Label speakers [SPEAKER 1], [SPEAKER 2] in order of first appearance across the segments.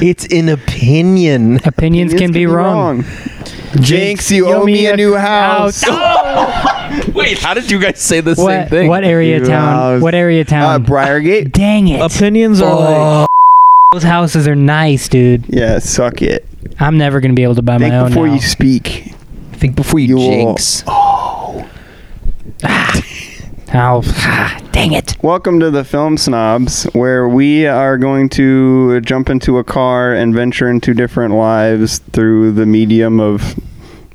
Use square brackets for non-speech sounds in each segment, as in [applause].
[SPEAKER 1] It's an opinion.
[SPEAKER 2] Opinions can be wrong.
[SPEAKER 1] Jinx, you owe me a new [laughs] house. Wait, how did you guys say the
[SPEAKER 2] Oh, What, what area
[SPEAKER 1] New
[SPEAKER 2] town?
[SPEAKER 1] house.
[SPEAKER 2] What area
[SPEAKER 1] Uh,
[SPEAKER 2] town?
[SPEAKER 1] Briargate?
[SPEAKER 2] Dang it.
[SPEAKER 3] Opinions are like
[SPEAKER 2] Those houses are nice, dude.
[SPEAKER 1] Yeah, suck it.
[SPEAKER 2] I'm never going to be able to buy
[SPEAKER 1] Think
[SPEAKER 2] my own
[SPEAKER 1] before
[SPEAKER 2] now.
[SPEAKER 1] you speak.
[SPEAKER 3] think before
[SPEAKER 1] You will-
[SPEAKER 3] jinx.
[SPEAKER 2] Oh, ah, [sighs] dang it.
[SPEAKER 1] Welcome to the Film Snobs, where we are going to jump into a car and venture into different lives through the medium of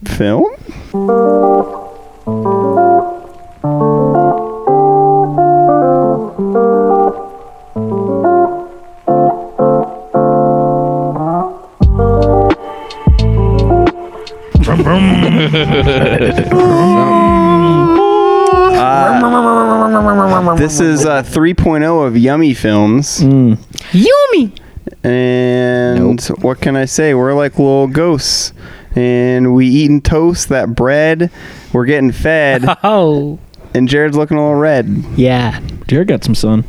[SPEAKER 1] film. This is uh, 3.0 of Yummy Films.
[SPEAKER 3] Hmm.
[SPEAKER 2] Yumi.
[SPEAKER 1] And what can I say? We're like little ghosts. And we eating toast, that bread. We're getting [laughs] fed.
[SPEAKER 2] Oh,
[SPEAKER 1] and Jared's looking a little red.
[SPEAKER 2] yeah.
[SPEAKER 3] Jared got some sun.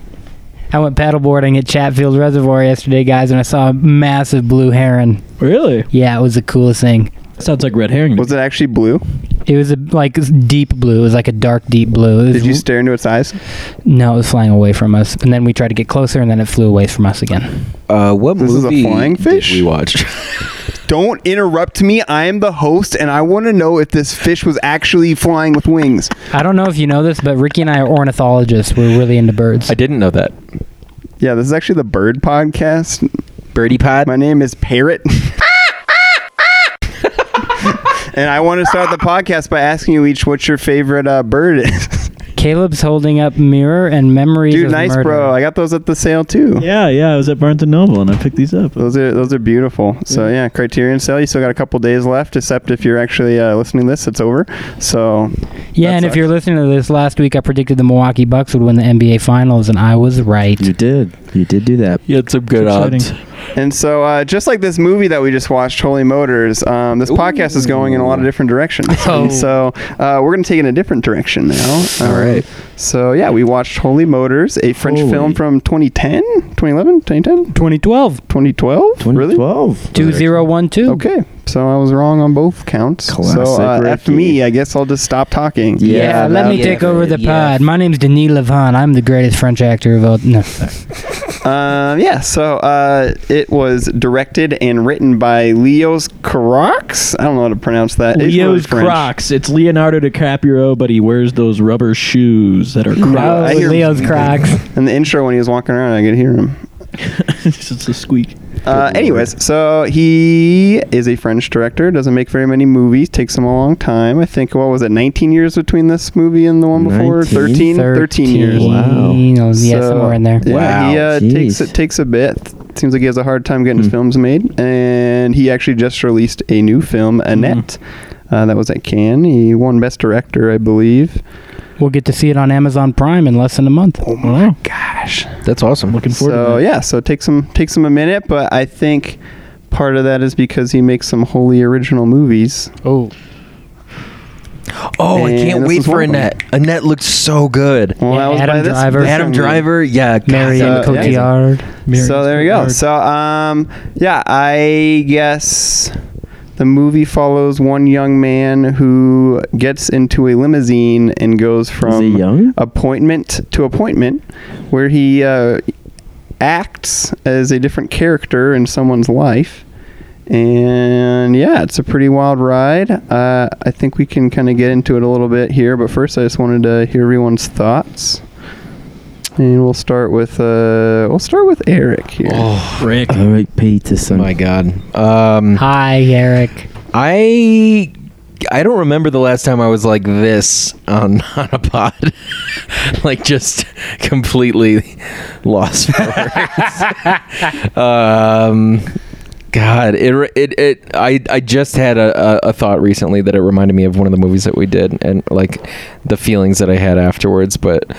[SPEAKER 2] I went paddleboarding at Chatfield Reservoir yesterday, guys, and I saw a massive blue heron.
[SPEAKER 3] Really?
[SPEAKER 2] Yeah, it was the coolest thing.
[SPEAKER 3] Sounds like red herring. to
[SPEAKER 1] Was it actually blue?
[SPEAKER 2] It was a, like this deep blue. It was like a dark deep blue. It was,
[SPEAKER 1] Did you stare into its eyes?
[SPEAKER 2] No, it was flying away from us, and then we tried to get closer, and then it flew away from us again.
[SPEAKER 4] Uh, what
[SPEAKER 1] This is a
[SPEAKER 4] movie
[SPEAKER 1] flying
[SPEAKER 4] did
[SPEAKER 1] fish?
[SPEAKER 4] we watched?
[SPEAKER 1] Don't interrupt me. I am the host, and I want to know if this fish was actually flying with wings.
[SPEAKER 2] I don't know if you know this, but Ricky and I are ornithologists. We're really into birds.
[SPEAKER 4] I didn't know that.
[SPEAKER 1] Yeah, this is actually the bird podcast.
[SPEAKER 4] Birdie Pod.
[SPEAKER 1] My name is [laughs] Parrot. and I want to start the podcast by asking you each what your favorite uh, bird is. [laughs]
[SPEAKER 2] Caleb's holding up mirror and memories.
[SPEAKER 1] Dude,
[SPEAKER 2] of
[SPEAKER 1] nice,
[SPEAKER 2] murder.
[SPEAKER 1] bro. I got those at the sale too.
[SPEAKER 3] Yeah, yeah. I was at Barnes and Noble and I picked these up.
[SPEAKER 1] Those are those are beautiful. So yeah, Criterion sale. You still got a couple days left, except if you're actually uh, listening to this, it's over. So
[SPEAKER 2] Yeah,
[SPEAKER 1] That
[SPEAKER 2] and if
[SPEAKER 1] sucks.
[SPEAKER 2] you're listening to this, last week I predicted the Milwaukee Bucks would win the NBA Finals, and I was right.
[SPEAKER 4] You did. You did do that. You had some good
[SPEAKER 3] It's exciting.
[SPEAKER 4] odds.
[SPEAKER 1] And so, uh, just like this movie that we just watched, Holy Motors, um, this podcast is going in a lot of different directions.
[SPEAKER 2] Oh.
[SPEAKER 1] And so, uh, we're going to take it in a different direction now.
[SPEAKER 4] All
[SPEAKER 1] Um,
[SPEAKER 4] right.
[SPEAKER 1] So, yeah, we watched Holy Motors, a French
[SPEAKER 4] Holy.
[SPEAKER 1] film from 2010, 2011, 2010,
[SPEAKER 2] 2012.
[SPEAKER 1] 2012. Really?
[SPEAKER 4] 2012.
[SPEAKER 2] 2012.
[SPEAKER 1] Okay. So, I was wrong on both counts. so,
[SPEAKER 4] Classic
[SPEAKER 1] uh, F
[SPEAKER 4] Ricky.
[SPEAKER 1] me. I guess I'll just stop talking.
[SPEAKER 4] Yeah,
[SPEAKER 2] Yeah, let
[SPEAKER 4] that-
[SPEAKER 2] me
[SPEAKER 4] yeah,
[SPEAKER 2] take over the
[SPEAKER 4] yeah.
[SPEAKER 2] pod. My name's Denis Levon. I'm the greatest French actor of all. No,
[SPEAKER 1] Um, yeah, so uh, it was directed and written by Leos Crocs. I don't know how to pronounce that. It's really
[SPEAKER 3] Leo's
[SPEAKER 1] French.
[SPEAKER 3] Crocs. It's Leonardo DiCaprio, but he wears those rubber shoes that are
[SPEAKER 2] no,
[SPEAKER 3] Crocs.
[SPEAKER 1] I
[SPEAKER 3] [laughs]
[SPEAKER 1] hear-
[SPEAKER 2] Leo's Crocs.
[SPEAKER 1] In the intro, when he was walking around, I could hear him.
[SPEAKER 3] it's just a squeak.
[SPEAKER 1] Uh, anyways, so he is a French director. Doesn't make very many movies. Takes him a long time. I think what was it, 19 years between this movie and the one before?
[SPEAKER 4] 19?
[SPEAKER 1] 13, 13 years.
[SPEAKER 4] Wow.
[SPEAKER 2] Oh, yeah,
[SPEAKER 1] So,
[SPEAKER 2] somewhere in there.
[SPEAKER 1] Yeah,
[SPEAKER 4] Wow,
[SPEAKER 1] he
[SPEAKER 4] jeez.
[SPEAKER 1] uh,
[SPEAKER 4] Hmm.
[SPEAKER 1] takes it takes a bit. Seems like he has a hard time getting his films made. And he actually just released a new film, Annette.
[SPEAKER 4] Hmm.
[SPEAKER 1] Uh, that was at Cannes. He won Best Director, I believe.
[SPEAKER 2] We'll get to see it on Amazon Prime in less than a month.
[SPEAKER 1] Oh,
[SPEAKER 3] Wow.
[SPEAKER 1] Gosh,
[SPEAKER 4] That's awesome.
[SPEAKER 3] Looking forward
[SPEAKER 1] so
[SPEAKER 3] to that.
[SPEAKER 1] yeah, so it takes him takes him a minute, but I think part of that is because he makes some wholly original movies.
[SPEAKER 2] Oh,
[SPEAKER 4] Oh, I
[SPEAKER 1] And
[SPEAKER 4] can't
[SPEAKER 1] this
[SPEAKER 4] wait
[SPEAKER 1] was
[SPEAKER 4] for
[SPEAKER 1] one of them.
[SPEAKER 4] Annette. Annette looked so good.
[SPEAKER 1] Well,
[SPEAKER 2] Yeah,
[SPEAKER 1] that
[SPEAKER 2] Adam
[SPEAKER 1] was by this
[SPEAKER 2] Driver.
[SPEAKER 1] this
[SPEAKER 4] Adam
[SPEAKER 1] movie.
[SPEAKER 4] Driver. Yeah. God,
[SPEAKER 2] Marion
[SPEAKER 4] that was amazing.
[SPEAKER 2] Cotillard.
[SPEAKER 3] Marion's
[SPEAKER 1] So there you go.
[SPEAKER 3] Courtyard.
[SPEAKER 1] So um, yeah, I guess the movie follows one young man who gets into a limousine and goes
[SPEAKER 3] Is he
[SPEAKER 1] from
[SPEAKER 3] young?
[SPEAKER 1] appointment to appointment, where he uh, acts as a different character in someone's life. And yeah, it's a pretty wild ride. Uh, I think we can kind of get into it a little bit here, but first I just wanted to hear everyone's thoughts. And we'll start with uh, we'll start with Eric here.
[SPEAKER 4] Oh,
[SPEAKER 3] Rick.
[SPEAKER 5] Eric Peterson.
[SPEAKER 4] My God. Um,
[SPEAKER 2] Hi, Eric.
[SPEAKER 4] I I don't remember the last time I was like this on, [laughs] on a pod, like just completely lost for words. [laughs] um, God, it re- it it I I just had a, a, a thought recently that it reminded me of one of the movies that we did and like the feelings that I had afterwards, but.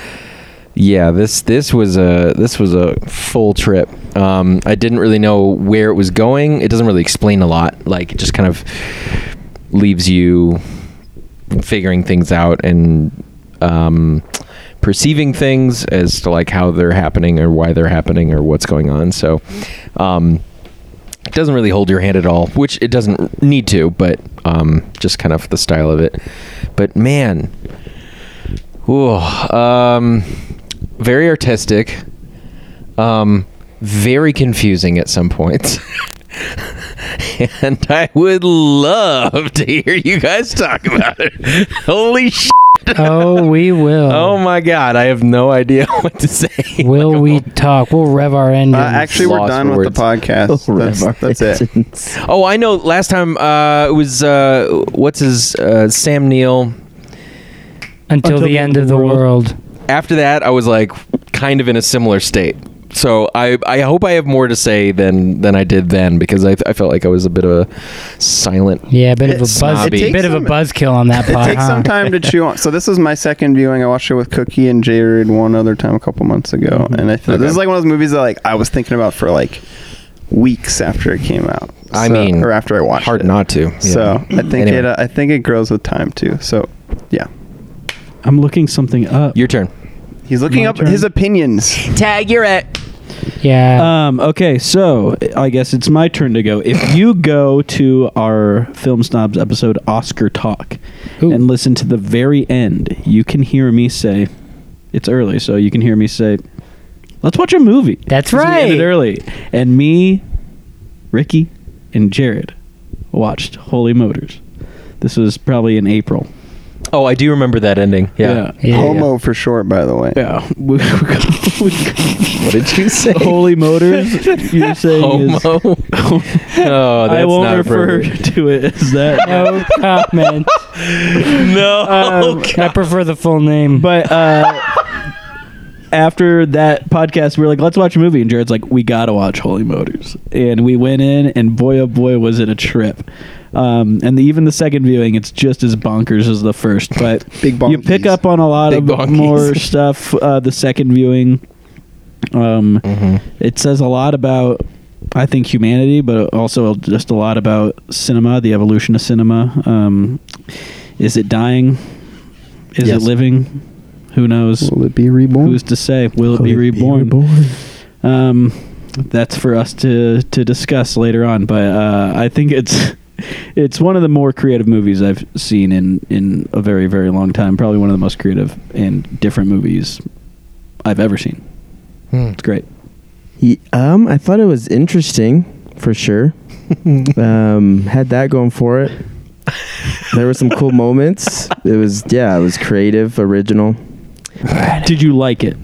[SPEAKER 4] Yeah, this this was a this was a full trip. Um, I didn't really know where it was going. It doesn't really explain a lot. Like it just kind of leaves you figuring things out and um, perceiving things as to like how they're happening or why they're happening or what's going on. So, um, It doesn't really hold your hand at all, which it doesn't need to, but um, just kind of the style of it. But man, ooh, um, very artistic, um, very confusing at some points. [laughs] and I would love to hear you guys talk about it. Holy shit.
[SPEAKER 2] oh, we will.
[SPEAKER 4] [laughs] Oh my god, I have no idea [laughs] what to say.
[SPEAKER 2] will we talk? We'll rev our engines.
[SPEAKER 1] Uh, actually, we're
[SPEAKER 4] Lost
[SPEAKER 1] done
[SPEAKER 4] for
[SPEAKER 1] with the podcast.
[SPEAKER 4] [laughs]
[SPEAKER 1] that's, that's it.
[SPEAKER 4] Oh, I know. Last time uh, it was uh, what's his uh, Sam Neill.
[SPEAKER 2] until, the end of the world.
[SPEAKER 4] After that, I was like kind of in a similar state. So I, I hope I have more to say than than I did then because I, I felt like I was a bit of a silent.
[SPEAKER 2] Yeah, a bit of a
[SPEAKER 4] It's
[SPEAKER 2] buzz,
[SPEAKER 4] snobby. It takes
[SPEAKER 2] bit of a
[SPEAKER 1] some-
[SPEAKER 2] buzzkill on that
[SPEAKER 1] [laughs] It
[SPEAKER 2] pod.
[SPEAKER 4] Uh-huh.
[SPEAKER 1] takes some
[SPEAKER 2] huh?
[SPEAKER 1] time to chew on. So this is my second viewing. I watched it with Cookie and Jared one other time a couple months ago, and I
[SPEAKER 4] Mm-hmm.
[SPEAKER 1] thought
[SPEAKER 4] Okay.
[SPEAKER 1] this is like one of those movies that like I was thinking about for like weeks after it came out.
[SPEAKER 4] I
[SPEAKER 1] So-
[SPEAKER 4] mean,
[SPEAKER 1] or after I watched
[SPEAKER 4] Hard
[SPEAKER 1] it.
[SPEAKER 4] not to. yeah.
[SPEAKER 1] So I think
[SPEAKER 4] Anyway.
[SPEAKER 1] it uh, I think it grows with time too. So yeah,
[SPEAKER 3] I'm looking something up.
[SPEAKER 4] your turn.
[SPEAKER 1] he's looking
[SPEAKER 3] My
[SPEAKER 1] up
[SPEAKER 3] turn.
[SPEAKER 1] his opinions.
[SPEAKER 4] Tag, you're at.
[SPEAKER 2] Yeah.
[SPEAKER 3] Um, okay, so I guess it's my turn to go.
[SPEAKER 2] [laughs]
[SPEAKER 3] If you go to our Film Snobs episode Oscar Talk
[SPEAKER 2] Ooh.
[SPEAKER 3] and listen to the very end, you can hear me say, it's early, so you can hear me say, let's watch a movie.
[SPEAKER 2] That's
[SPEAKER 3] 'Cause we
[SPEAKER 2] right.
[SPEAKER 3] ended early. And me, Ricky, and Jared watched Holy Motors. This was probably in April.
[SPEAKER 4] Oh, I do remember that ending. Yeah.
[SPEAKER 2] Yeah.
[SPEAKER 1] Homo for short, by the way.
[SPEAKER 3] Yeah. [laughs]
[SPEAKER 4] What did you say?
[SPEAKER 3] Holy Motors,
[SPEAKER 4] [laughs]
[SPEAKER 3] you're saying is-
[SPEAKER 4] Homo. oh, that's
[SPEAKER 3] I won't
[SPEAKER 4] not
[SPEAKER 3] refer
[SPEAKER 4] appropriate.
[SPEAKER 3] [laughs] to it
[SPEAKER 4] [laughs]
[SPEAKER 3] as that.
[SPEAKER 2] no comment.
[SPEAKER 4] No.
[SPEAKER 2] Um, I prefer the full name.
[SPEAKER 3] But uh, after that podcast, we were like, let's watch a movie. And Jared's like, we got to watch Holy Motors. And we went in, and boy, oh boy, was it a trip. Um, and the, even the second viewing, it's just as bonkers as the first.
[SPEAKER 4] [laughs]
[SPEAKER 3] But
[SPEAKER 1] Big
[SPEAKER 3] you pick
[SPEAKER 1] bonkies.
[SPEAKER 3] up on a lot
[SPEAKER 4] Big
[SPEAKER 3] of
[SPEAKER 4] bonkies.
[SPEAKER 3] more stuff uh, the second viewing. Um,
[SPEAKER 4] Mm-hmm.
[SPEAKER 2] [laughs]
[SPEAKER 3] It says a lot about, I think, humanity, but also just a lot about cinema, the evolution of cinema. Um, is it dying? Is
[SPEAKER 4] Yes.
[SPEAKER 3] it living? Who knows?
[SPEAKER 1] Will it be reborn?
[SPEAKER 3] Who's to say? Will it be reborn? Um, that's for us to to discuss later on. But uh, I think it's [laughs] it's one of the more creative movies I've seen in in a very very long time. Probably one of the most creative and different movies I've ever seen.
[SPEAKER 4] Hmm.
[SPEAKER 3] It's great.
[SPEAKER 5] Ye- Um, I thought it was interesting for sure. um, had that going for it. There were
[SPEAKER 3] [laughs]
[SPEAKER 5] some cool moments. It was yeah, it was creative, original.
[SPEAKER 3] Did you like it?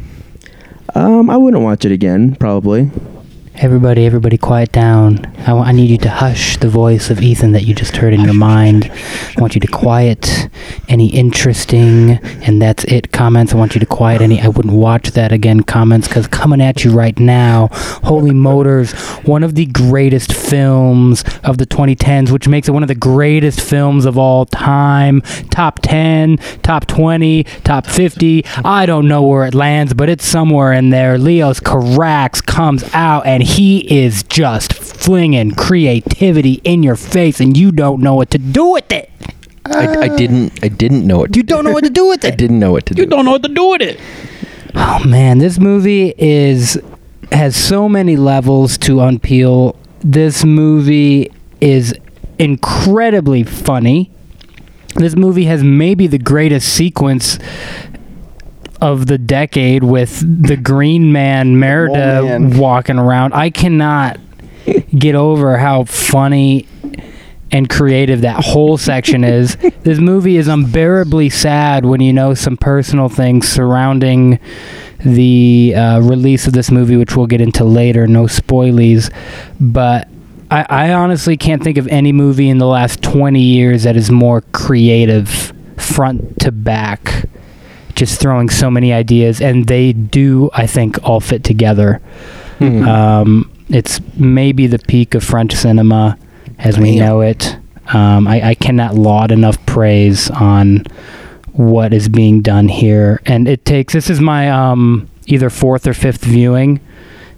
[SPEAKER 5] Um, I wouldn't watch it again, probably.
[SPEAKER 2] Everybody, everybody, quiet down. I, wa- I need you to hush the voice of Ethan that you just heard in your mind. I want you to quiet any interesting, and that's it comments. I want you to quiet any I wouldn't watch that again comments because coming at you right now, Holy Motors, one of the greatest films of the 2010s, which makes it one of the greatest films of all time. Top 10, top 20, top 50. I don't know where it lands, but it's somewhere in there. Leo's Carax comes out and he is just flinging creativity in your face, and you don't know what to do with it.
[SPEAKER 4] I, I didn't. I didn't know what. To
[SPEAKER 2] You don't know what to do
[SPEAKER 4] [laughs]
[SPEAKER 2] with
[SPEAKER 4] I
[SPEAKER 2] it.
[SPEAKER 4] didn't know what to do.
[SPEAKER 3] know what to do with it.
[SPEAKER 2] [laughs] Oh man, this movie is has so many levels to unpeel. This movie is incredibly funny. This movie has maybe the greatest sequence of the decade with the Green Man Merida
[SPEAKER 1] man.
[SPEAKER 2] walking around. I cannot get over how funny and creative that whole section is. This movie is unbearably sad when you know some personal things surrounding the uh, release of this movie, which we'll get into later. No spoilies, but I, I honestly can't think of any movie in the last 20 years that is more creative, front to back, just throwing so many ideas, and they do, I think, all fit together.
[SPEAKER 4] Hmm.
[SPEAKER 2] Um, it's maybe the peak of French cinema as we
[SPEAKER 4] Damn.
[SPEAKER 2] know it. Um, I, I cannot laud enough praise on what is being done here. And it takes, this is my um, either fourth or fifth viewing.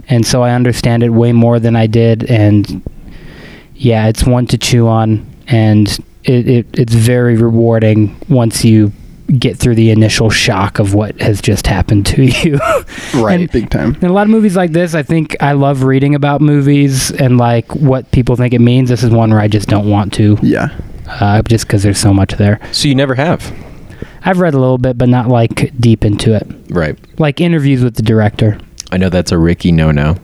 [SPEAKER 2] And so I understand it way more than I did. And yeah, it's one to chew on. And it, it, it's very rewarding once you get through the initial shock of what has just happened to [laughs] you.
[SPEAKER 1] right,
[SPEAKER 2] And-
[SPEAKER 1] big time.
[SPEAKER 2] In a lot of movies like this, I think I love reading about movies and like what people think it means. This is one where I just don't want to,
[SPEAKER 1] Yeah,
[SPEAKER 2] uh, just because there's so much there.
[SPEAKER 4] So you never have.
[SPEAKER 2] I've read a little bit, but not like deep into it.
[SPEAKER 4] Right.
[SPEAKER 2] Like interviews with the director.
[SPEAKER 4] I know that's a Ricky no no.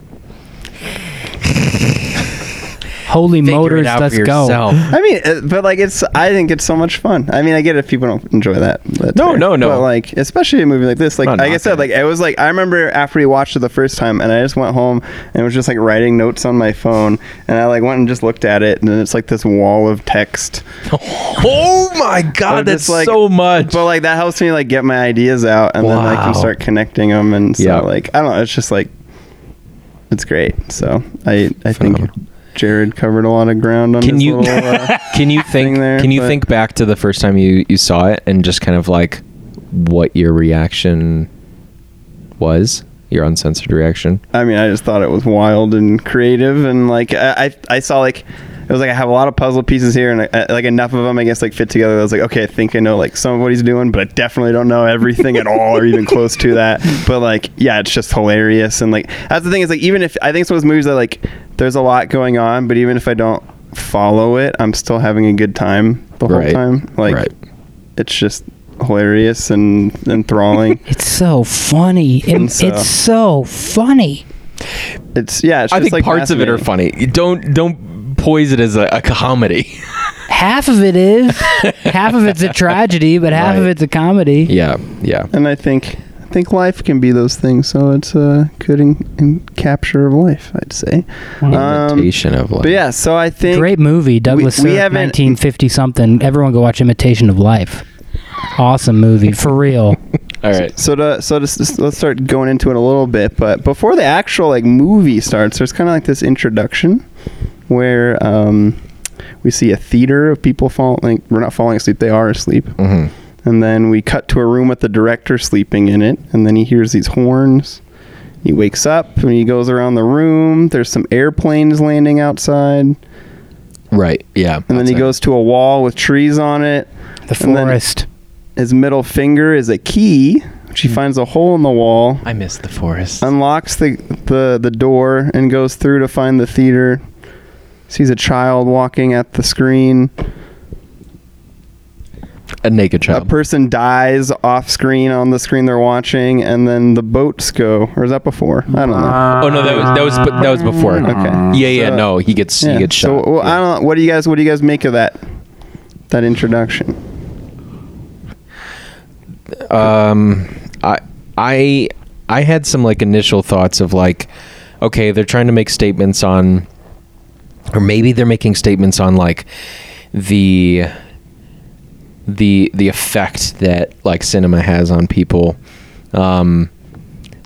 [SPEAKER 2] Holy motors, let's go.
[SPEAKER 1] I mean, uh, but like it's. I think it's so much fun. I mean, I get it if people don't enjoy that. That's
[SPEAKER 4] No,
[SPEAKER 1] fair.
[SPEAKER 4] no, no.
[SPEAKER 1] But like, especially a movie like this. Like,
[SPEAKER 4] Not
[SPEAKER 1] like I said,
[SPEAKER 4] knocking
[SPEAKER 1] like I was like, I remember after we watched it the first time, and I just went home and was just like writing notes on my phone, and I like went and just looked at it, and then it's like this wall of text.
[SPEAKER 4] [laughs] Oh my god,
[SPEAKER 1] But it's
[SPEAKER 4] that's
[SPEAKER 1] like-
[SPEAKER 4] so much.
[SPEAKER 1] But like that helps me like get my ideas out, and then I
[SPEAKER 4] Wow.
[SPEAKER 1] can start connecting them, and so
[SPEAKER 4] Yeah.
[SPEAKER 1] like I don't know. It's just like it's great. So I I think
[SPEAKER 4] Phenomenal.
[SPEAKER 1] Jared covered a lot of ground on
[SPEAKER 4] Can
[SPEAKER 1] his
[SPEAKER 4] you- [laughs]
[SPEAKER 1] little. Uh,
[SPEAKER 4] can you think
[SPEAKER 1] thing there,
[SPEAKER 4] can you
[SPEAKER 1] but-
[SPEAKER 4] think back to the first time you you saw it and just kind of like what your reaction was? Your uncensored reaction?
[SPEAKER 1] I mean, I just thought it was wild and creative, and like I, I, I saw like it was like I have a lot of puzzle pieces here, and uh, like enough of them, I guess, like fit together. that I was like, okay, I think I know like some of what he's doing, but I definitely don't know everything at all, or even close
[SPEAKER 4] [laughs]
[SPEAKER 1] to that. But like, yeah, it's just hilarious, and like that's the thing is like even if I think some of those movies that like there's a lot going on, but even if I don't follow it, I'm still having a good time the whole
[SPEAKER 4] Right.
[SPEAKER 1] time. Like,
[SPEAKER 4] Right.
[SPEAKER 1] it's just hilarious and
[SPEAKER 4] [laughs]
[SPEAKER 1] enthralling.
[SPEAKER 2] It's so funny. It-
[SPEAKER 1] So-
[SPEAKER 2] It's so funny.
[SPEAKER 1] it's yeah, it's
[SPEAKER 4] I
[SPEAKER 1] just,
[SPEAKER 4] think
[SPEAKER 1] like,
[SPEAKER 4] parts of it are
[SPEAKER 1] fascinating.
[SPEAKER 4] funny. You Don't don't poise it as a, a comedy.
[SPEAKER 2] Half of it is. half of it's a tragedy, but half of
[SPEAKER 4] Right.
[SPEAKER 2] it's a comedy.
[SPEAKER 4] [laughs] yeah, yeah.
[SPEAKER 1] and I think I think life can be those things. So it's a good in, in capture of life, I'd say.
[SPEAKER 4] Uh,
[SPEAKER 1] Um,
[SPEAKER 4] Imitation of life.
[SPEAKER 1] but yeah, so I think
[SPEAKER 2] Great movie, Douglas
[SPEAKER 1] we
[SPEAKER 2] Sirk,
[SPEAKER 1] haven't-
[SPEAKER 2] 1950 something. Everyone go watch Imitation of Life. Awesome movie, for real.
[SPEAKER 4] All right.
[SPEAKER 1] so to so to, s- let's start going into it a little bit. But before the actual like movie starts, there's kind of like this introduction where um, we see a theater of people falling. Like, we're not falling asleep; they are asleep.
[SPEAKER 4] hmm
[SPEAKER 1] And then we cut to a room with the director sleeping in it. And then he hears these horns. He wakes up and he goes around the room. There's some airplanes landing outside. And
[SPEAKER 4] Right. Yeah.
[SPEAKER 1] then
[SPEAKER 4] that's
[SPEAKER 1] he
[SPEAKER 4] it.
[SPEAKER 1] goes to a wall with trees on it.
[SPEAKER 2] The
[SPEAKER 1] And then-
[SPEAKER 2] Forest.
[SPEAKER 1] His middle finger is a key, which
[SPEAKER 4] Hmm.
[SPEAKER 1] he finds a hole in the wall,
[SPEAKER 4] I miss the forest.
[SPEAKER 1] unlocks the, the, the door, and goes through to find the theater. Sees a child walking at the screen.
[SPEAKER 4] a naked
[SPEAKER 1] A
[SPEAKER 4] child.
[SPEAKER 1] person dies off screen on the screen they're watching, and then the boats go. Or is that before? I don't know.
[SPEAKER 4] oh no, that was that was that was before.
[SPEAKER 1] Okay.
[SPEAKER 4] Yeah, yeah.
[SPEAKER 1] So-
[SPEAKER 4] no, he gets he gets
[SPEAKER 1] So
[SPEAKER 4] shot.
[SPEAKER 1] well, I don't. What do you guys? What do you guys make of that? That introduction.
[SPEAKER 4] um i i i had some like initial thoughts of like okay they're trying to make statements on or maybe they're making statements on like the the the effect that like cinema has on people um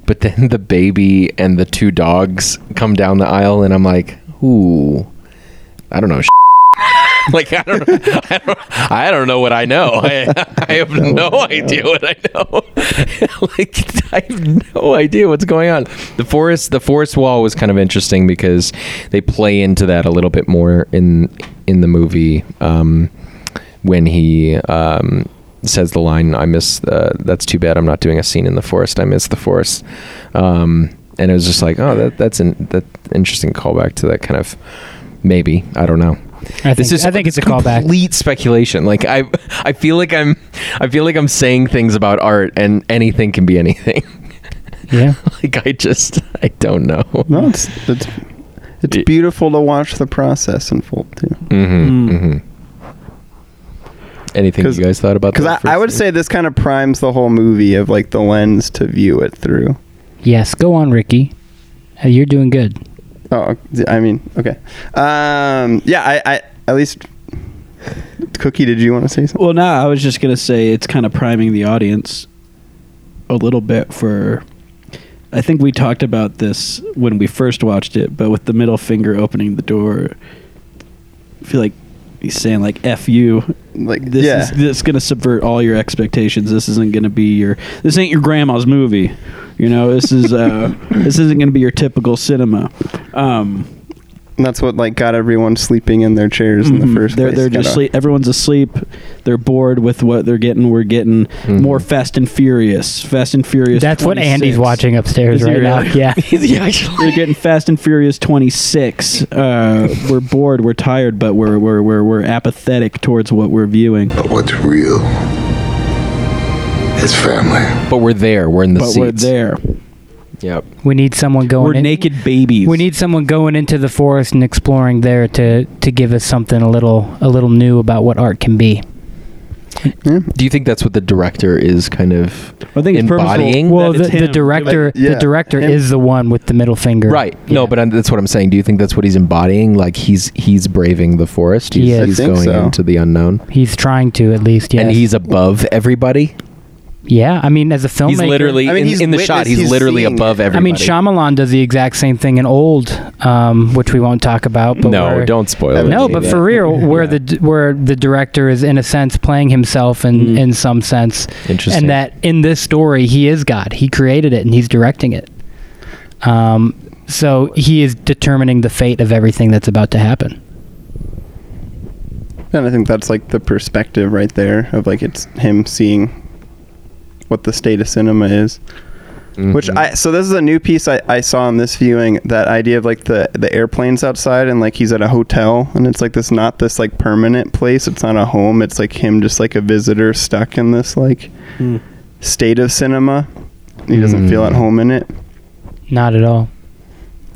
[SPEAKER 4] but then the baby and the two dogs come down the aisle and i'm like ooh i don't know [laughs] like I don't, I don't, I don't know what I know. I, I have no idea what I know. [laughs] like I have no idea what's going on. The forest, the forest wall was kind of interesting because they play into that a little bit more in in the movie um, when he um, says the line, "I miss the. That's too bad. I'm not doing a scene in the forest. I miss the forest." Um, and it was just like, oh, that, that's an that interesting callback to that kind of maybe I don't know
[SPEAKER 2] I think, I think it's a callback.
[SPEAKER 4] complete speculation. Like I, I feel like I'm, I feel like I'm saying things about art, and anything can be anything. [laughs]
[SPEAKER 2] Yeah.
[SPEAKER 4] like I just, I don't know.
[SPEAKER 1] No, it's it's it's
[SPEAKER 4] It-
[SPEAKER 1] beautiful to watch the process unfold too.
[SPEAKER 2] Hmm.
[SPEAKER 4] Mm-hmm,
[SPEAKER 3] Mm.
[SPEAKER 4] Anything
[SPEAKER 1] 'Cause-
[SPEAKER 4] you guys thought about?
[SPEAKER 1] Because I,
[SPEAKER 4] that
[SPEAKER 1] I
[SPEAKER 4] first
[SPEAKER 1] would
[SPEAKER 4] thing?
[SPEAKER 1] say this kind of primes the whole movie of like the lens to view it through.
[SPEAKER 2] Yes, go on, Ricky. Hey, you're doing good.
[SPEAKER 1] Oh, I mean, okay. Um, yeah, I, I at least. Cookie, did you want to say something?
[SPEAKER 3] Well, no, I was just gonna say it's kind of priming the audience a little bit for. I think we talked about this when we first watched it, but with the middle finger opening the door, I feel like he's saying like "f you."
[SPEAKER 1] Like,
[SPEAKER 3] This
[SPEAKER 1] yeah,
[SPEAKER 3] is this is gonna subvert all your expectations. This isn't gonna be your. This ain't your grandma's movie. [laughs] You know, this is uh, this isn't gonna be your typical cinema. Um,
[SPEAKER 1] And that's what like got everyone sleeping in their chairs in
[SPEAKER 3] Mhm.
[SPEAKER 1] the first
[SPEAKER 3] they're,
[SPEAKER 1] place.
[SPEAKER 3] They're just
[SPEAKER 1] Gotta-
[SPEAKER 3] sleep. Everyone's asleep. They're bored with what they're getting. We're getting more Fast and Furious. Fast and Furious.
[SPEAKER 2] Mm-hmm. That's what
[SPEAKER 3] 26.
[SPEAKER 2] Andy's watching upstairs
[SPEAKER 3] Is he
[SPEAKER 2] right now.
[SPEAKER 3] really?
[SPEAKER 2] Yeah.
[SPEAKER 4] yeah, actually.
[SPEAKER 3] We're getting Fast and Furious 26. Uh, we're bored. We're tired, but we're, we're we're we're apathetic towards what we're viewing.
[SPEAKER 6] But what's real is family.
[SPEAKER 4] But we're there. We're in the
[SPEAKER 3] But
[SPEAKER 4] seats.
[SPEAKER 3] we're there.
[SPEAKER 4] Yep.
[SPEAKER 2] We need someone going.
[SPEAKER 3] We're
[SPEAKER 2] in-
[SPEAKER 3] naked babies.
[SPEAKER 2] We need someone going into the forest and exploring there to to give us something a little a little new about what art can be.
[SPEAKER 4] Do you think that's what the director is kind of
[SPEAKER 3] I think it's purposeful.
[SPEAKER 4] embodying?
[SPEAKER 2] Well,
[SPEAKER 3] That
[SPEAKER 2] the,
[SPEAKER 3] it's
[SPEAKER 2] the
[SPEAKER 3] him.
[SPEAKER 2] director
[SPEAKER 1] Yeah.
[SPEAKER 2] the director
[SPEAKER 1] Him.
[SPEAKER 2] is the one with the middle finger.
[SPEAKER 4] Right.
[SPEAKER 2] Yeah.
[SPEAKER 4] No, but i that's what I'm saying. Do you think that's what he's embodying? Like he's he's braving the forest. He's,
[SPEAKER 2] Yes. I
[SPEAKER 4] he's
[SPEAKER 1] think
[SPEAKER 4] going
[SPEAKER 1] so.
[SPEAKER 4] into the unknown,
[SPEAKER 2] he's trying to at least. Yes.
[SPEAKER 4] and he's above everybody.
[SPEAKER 2] yeah. I mean, as a filmmaker,
[SPEAKER 4] He's literally
[SPEAKER 1] I mean,
[SPEAKER 4] in,
[SPEAKER 1] he's
[SPEAKER 4] in the shot.
[SPEAKER 1] witness,
[SPEAKER 4] He's,
[SPEAKER 1] he's
[SPEAKER 4] literally
[SPEAKER 1] seeing
[SPEAKER 4] above
[SPEAKER 2] I
[SPEAKER 4] everybody.
[SPEAKER 2] mean, Shyamalan does the exact same thing in Old, um, which we won't talk about. But
[SPEAKER 4] No,
[SPEAKER 2] we're-
[SPEAKER 4] don't spoil it.
[SPEAKER 2] No, but for real,
[SPEAKER 4] [laughs]
[SPEAKER 2] where
[SPEAKER 3] Yeah.
[SPEAKER 2] the where the director is in a sense playing himself in
[SPEAKER 3] Mm.
[SPEAKER 2] in some sense,
[SPEAKER 4] Interesting.
[SPEAKER 2] and that in this story he is God. He created it and he's directing it. Um, so he is determining the fate of everything that's about to happen.
[SPEAKER 1] And I think that's like the perspective right there of like it's him seeing what the state of cinema is. Mm-hmm. Which
[SPEAKER 4] Mm-hmm.
[SPEAKER 1] I so this is a new piece I, I saw in this viewing that idea of like the the airplanes outside and like he's at a hotel and it's like this not this like permanent place it's not a home it's like him just like a visitor stuck in this like
[SPEAKER 3] Mm.
[SPEAKER 1] state of cinema he doesn't feel
[SPEAKER 4] Mm.
[SPEAKER 1] at home in it
[SPEAKER 2] Not at all.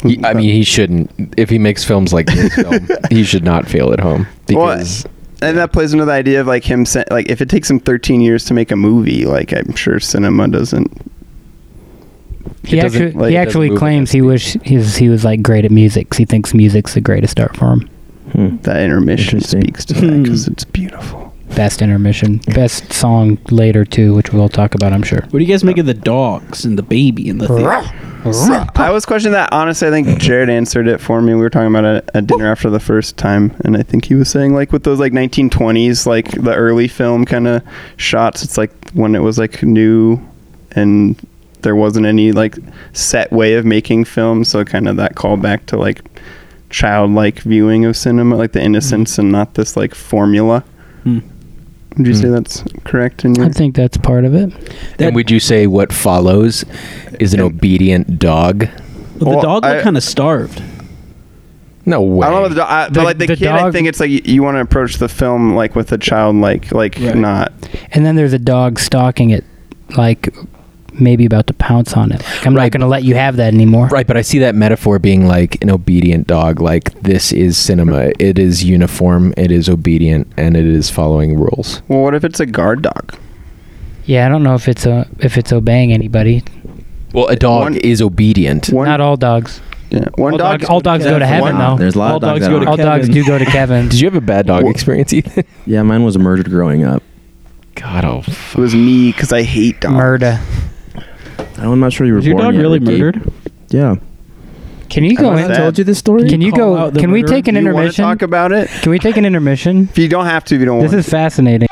[SPEAKER 4] He- I mean, he shouldn't. If he makes films like
[SPEAKER 1] [laughs]
[SPEAKER 4] this film, he should not feel at home
[SPEAKER 1] Well,
[SPEAKER 4] because
[SPEAKER 1] and that plays into the idea of like him sen- like if it takes him 13 years to make a movie like I'm sure cinema doesn't
[SPEAKER 2] He
[SPEAKER 4] doesn't-
[SPEAKER 2] actually
[SPEAKER 4] like,
[SPEAKER 2] he
[SPEAKER 4] it doesn't
[SPEAKER 2] actually
[SPEAKER 4] move
[SPEAKER 2] claims
[SPEAKER 4] against
[SPEAKER 2] he
[SPEAKER 4] me.
[SPEAKER 2] wish he was, he was like great at music. 'cause he thinks music's the greatest art form.
[SPEAKER 5] Hmm.
[SPEAKER 1] that intermission
[SPEAKER 5] Interesting.
[SPEAKER 1] speaks to that because
[SPEAKER 4] Hmm.
[SPEAKER 1] it's beautiful
[SPEAKER 2] Best intermission, best song later too, which we'll talk about. I'm sure.
[SPEAKER 3] What do you guys make of the dogs and the baby and the thing?
[SPEAKER 1] I was questioning that honestly I think Jared answered it for me we were talking about it at dinner after the first time and I think he was saying like with those like 1920s like the early film kind of shots it's like when it was like new and there wasn't any like set way of making film so kind of that callback to like childlike viewing of cinema like the
[SPEAKER 2] Mm.
[SPEAKER 1] innocence and not this like formula
[SPEAKER 3] Hmm.
[SPEAKER 1] would you say
[SPEAKER 4] Hmm.
[SPEAKER 1] that's correct in your
[SPEAKER 2] Mm. I think that's part of it.
[SPEAKER 3] That-
[SPEAKER 4] and would you say what follows is an obedient dog?
[SPEAKER 3] Well, the
[SPEAKER 1] Well,
[SPEAKER 3] dog looked
[SPEAKER 1] I-
[SPEAKER 3] kind of starved.
[SPEAKER 4] No way.
[SPEAKER 1] I don't know. The, do- I,
[SPEAKER 2] The-
[SPEAKER 1] but like the,
[SPEAKER 2] the
[SPEAKER 1] kid, I
[SPEAKER 2] dog-
[SPEAKER 1] think it's like you, you want to approach the film like with a childlike, like
[SPEAKER 3] Right.
[SPEAKER 1] not.
[SPEAKER 2] And then there's a dog stalking it, like maybe about to pounce on it. Like, I'm not
[SPEAKER 4] Right.
[SPEAKER 2] going to let you have that anymore.
[SPEAKER 4] Right, but I see that metaphor being like an obedient dog. Like this is cinema. It is uniform. It is obedient, and it is following rules.
[SPEAKER 1] Well, what if it's a guard dog?
[SPEAKER 2] Yeah, I don't know if it's uh if it's obeying anybody.
[SPEAKER 4] Well, a dog
[SPEAKER 1] One-
[SPEAKER 4] is obedient.
[SPEAKER 1] One,
[SPEAKER 2] not all dogs.
[SPEAKER 1] yeah, one
[SPEAKER 3] all
[SPEAKER 1] dog.
[SPEAKER 3] dogs-
[SPEAKER 2] all dogs go to heaven
[SPEAKER 5] Wow,
[SPEAKER 2] though.
[SPEAKER 5] There's a lot
[SPEAKER 3] All
[SPEAKER 5] of
[SPEAKER 3] dogs
[SPEAKER 5] dogs, that
[SPEAKER 3] go
[SPEAKER 5] aren't.
[SPEAKER 3] to
[SPEAKER 2] All dogs
[SPEAKER 3] Kevin.
[SPEAKER 2] do go to
[SPEAKER 4] [laughs]
[SPEAKER 2] Kevin.
[SPEAKER 4] Did you have a bad dog
[SPEAKER 1] Wha-
[SPEAKER 4] experience, Ethan?
[SPEAKER 5] Yeah, mine was murdered growing up.
[SPEAKER 4] God, oh,
[SPEAKER 1] it was me because I hate dogs.
[SPEAKER 2] Murder.
[SPEAKER 5] I'm not sure you were
[SPEAKER 3] Was your
[SPEAKER 5] born
[SPEAKER 3] dog
[SPEAKER 5] yet,
[SPEAKER 3] really
[SPEAKER 5] Ricky.
[SPEAKER 3] murdered?
[SPEAKER 5] Yeah.
[SPEAKER 2] Can you go
[SPEAKER 1] was
[SPEAKER 5] I
[SPEAKER 1] What's
[SPEAKER 2] in?
[SPEAKER 1] that?
[SPEAKER 5] told you this story.
[SPEAKER 2] Can you
[SPEAKER 3] Call
[SPEAKER 2] go?
[SPEAKER 3] out the
[SPEAKER 2] Can we
[SPEAKER 3] murderer?
[SPEAKER 2] take an
[SPEAKER 1] Do you want to
[SPEAKER 2] intermission?
[SPEAKER 1] talk about it?
[SPEAKER 2] Can we take an intermission?
[SPEAKER 1] If you don't have to, if you don't
[SPEAKER 2] This
[SPEAKER 1] want.
[SPEAKER 2] is fascinating.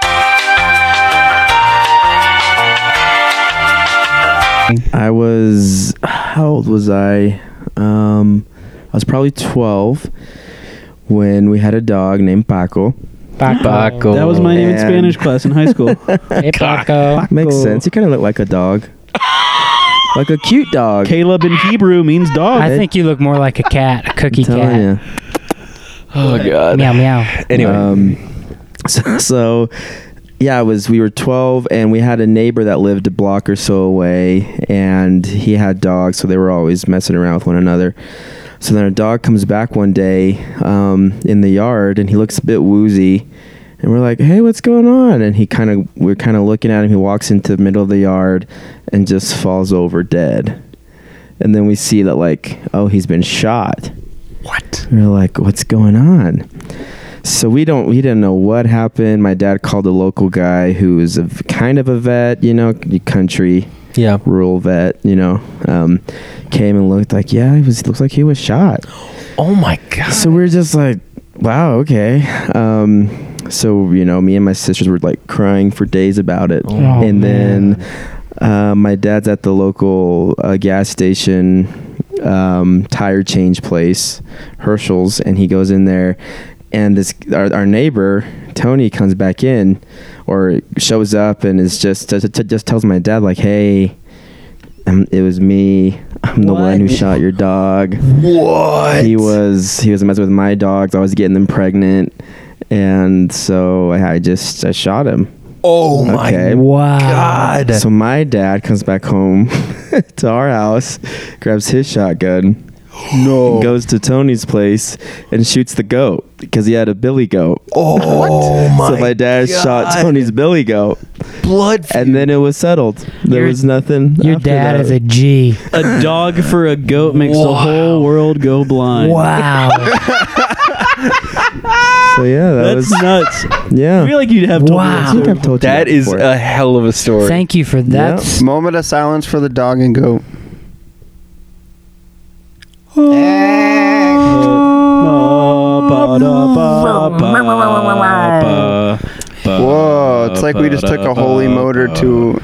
[SPEAKER 5] I was how old was I? Um, I was probably 12 when we had a dog named Paco.
[SPEAKER 2] Paco.
[SPEAKER 4] Paco.
[SPEAKER 3] That was my name in
[SPEAKER 5] Man.
[SPEAKER 3] Spanish class in high
[SPEAKER 2] [laughs]
[SPEAKER 3] school.
[SPEAKER 2] Hey, Paco.
[SPEAKER 5] Makes
[SPEAKER 3] Paco.
[SPEAKER 5] sense. He kind of looked like a dog, like a cute dog.
[SPEAKER 3] Caleb in Hebrew means dog.
[SPEAKER 2] I think you look more like a cat, a cookie
[SPEAKER 5] I'm telling
[SPEAKER 2] cat.
[SPEAKER 5] ya.
[SPEAKER 4] oh God.
[SPEAKER 2] Meow meow.
[SPEAKER 4] Anyway,
[SPEAKER 5] Um, so, so yeah, it was we were 12 and we had a neighbor that lived a block or so away and he had dogs, so they were always messing around with one another. So then a dog comes back one day um, in the yard and he looks a bit woozy. And we're like, hey, what's going on? And he kind of, we're kind of looking at him. He walks into the middle of the yard and just falls over dead. And then we see that, like, oh, he's been shot.
[SPEAKER 1] What?
[SPEAKER 5] We were like, what's going on? So we don't, we didn't know what happened. My dad called a local guy who is a v- kind of a vet, you know, country
[SPEAKER 4] yeah.
[SPEAKER 5] rural vet, you know, um, came and looked like, yeah, he was, looks like he was shot.
[SPEAKER 4] Oh my God.
[SPEAKER 5] So we we're just like, wow, okay. Um, so, you know, me and my sisters were like crying for days about it.
[SPEAKER 2] Oh,
[SPEAKER 5] and
[SPEAKER 2] man.
[SPEAKER 5] then uh, my dad's at the local uh, gas station um, tire change place, Herschel's, and he goes in there, and this our, our neighbor Tony comes back in, or shows up and is just t- t- just tells my dad like, hey, um, it was me. I'm the one who
[SPEAKER 2] What?
[SPEAKER 5] shot your dog.
[SPEAKER 4] What?
[SPEAKER 5] He was he was messing with my dogs. I was getting them pregnant, and so I, I just I shot him.
[SPEAKER 4] Oh my
[SPEAKER 5] Okay.
[SPEAKER 2] Wow.
[SPEAKER 4] god.
[SPEAKER 5] So my dad comes back home [laughs] to our house, grabs his shotgun,
[SPEAKER 4] no.
[SPEAKER 5] goes to Tony's place, and shoots the goat because he had a billy goat.
[SPEAKER 4] Oh my.
[SPEAKER 5] [laughs] so my dad shot
[SPEAKER 4] God.
[SPEAKER 5] Tony's billy goat,
[SPEAKER 4] blood.
[SPEAKER 5] and then it was settled. There
[SPEAKER 2] Your-
[SPEAKER 5] was nothing.
[SPEAKER 2] Your
[SPEAKER 5] after
[SPEAKER 2] dad
[SPEAKER 5] that.
[SPEAKER 2] is a G.
[SPEAKER 3] A dog for a goat makes the
[SPEAKER 4] Wow.
[SPEAKER 3] whole world go blind.
[SPEAKER 2] Wow.
[SPEAKER 5] So yeah, that
[SPEAKER 3] That's
[SPEAKER 5] was
[SPEAKER 3] nuts.
[SPEAKER 5] yeah.
[SPEAKER 3] I feel like you'd have to.
[SPEAKER 5] I
[SPEAKER 2] Wow.
[SPEAKER 5] think I've told you
[SPEAKER 4] That is
[SPEAKER 5] before.
[SPEAKER 4] a hell of a story.
[SPEAKER 2] Thank you for that.
[SPEAKER 1] Moment of silence for the dog and goat. Whoa, it's like we just took a holy motor to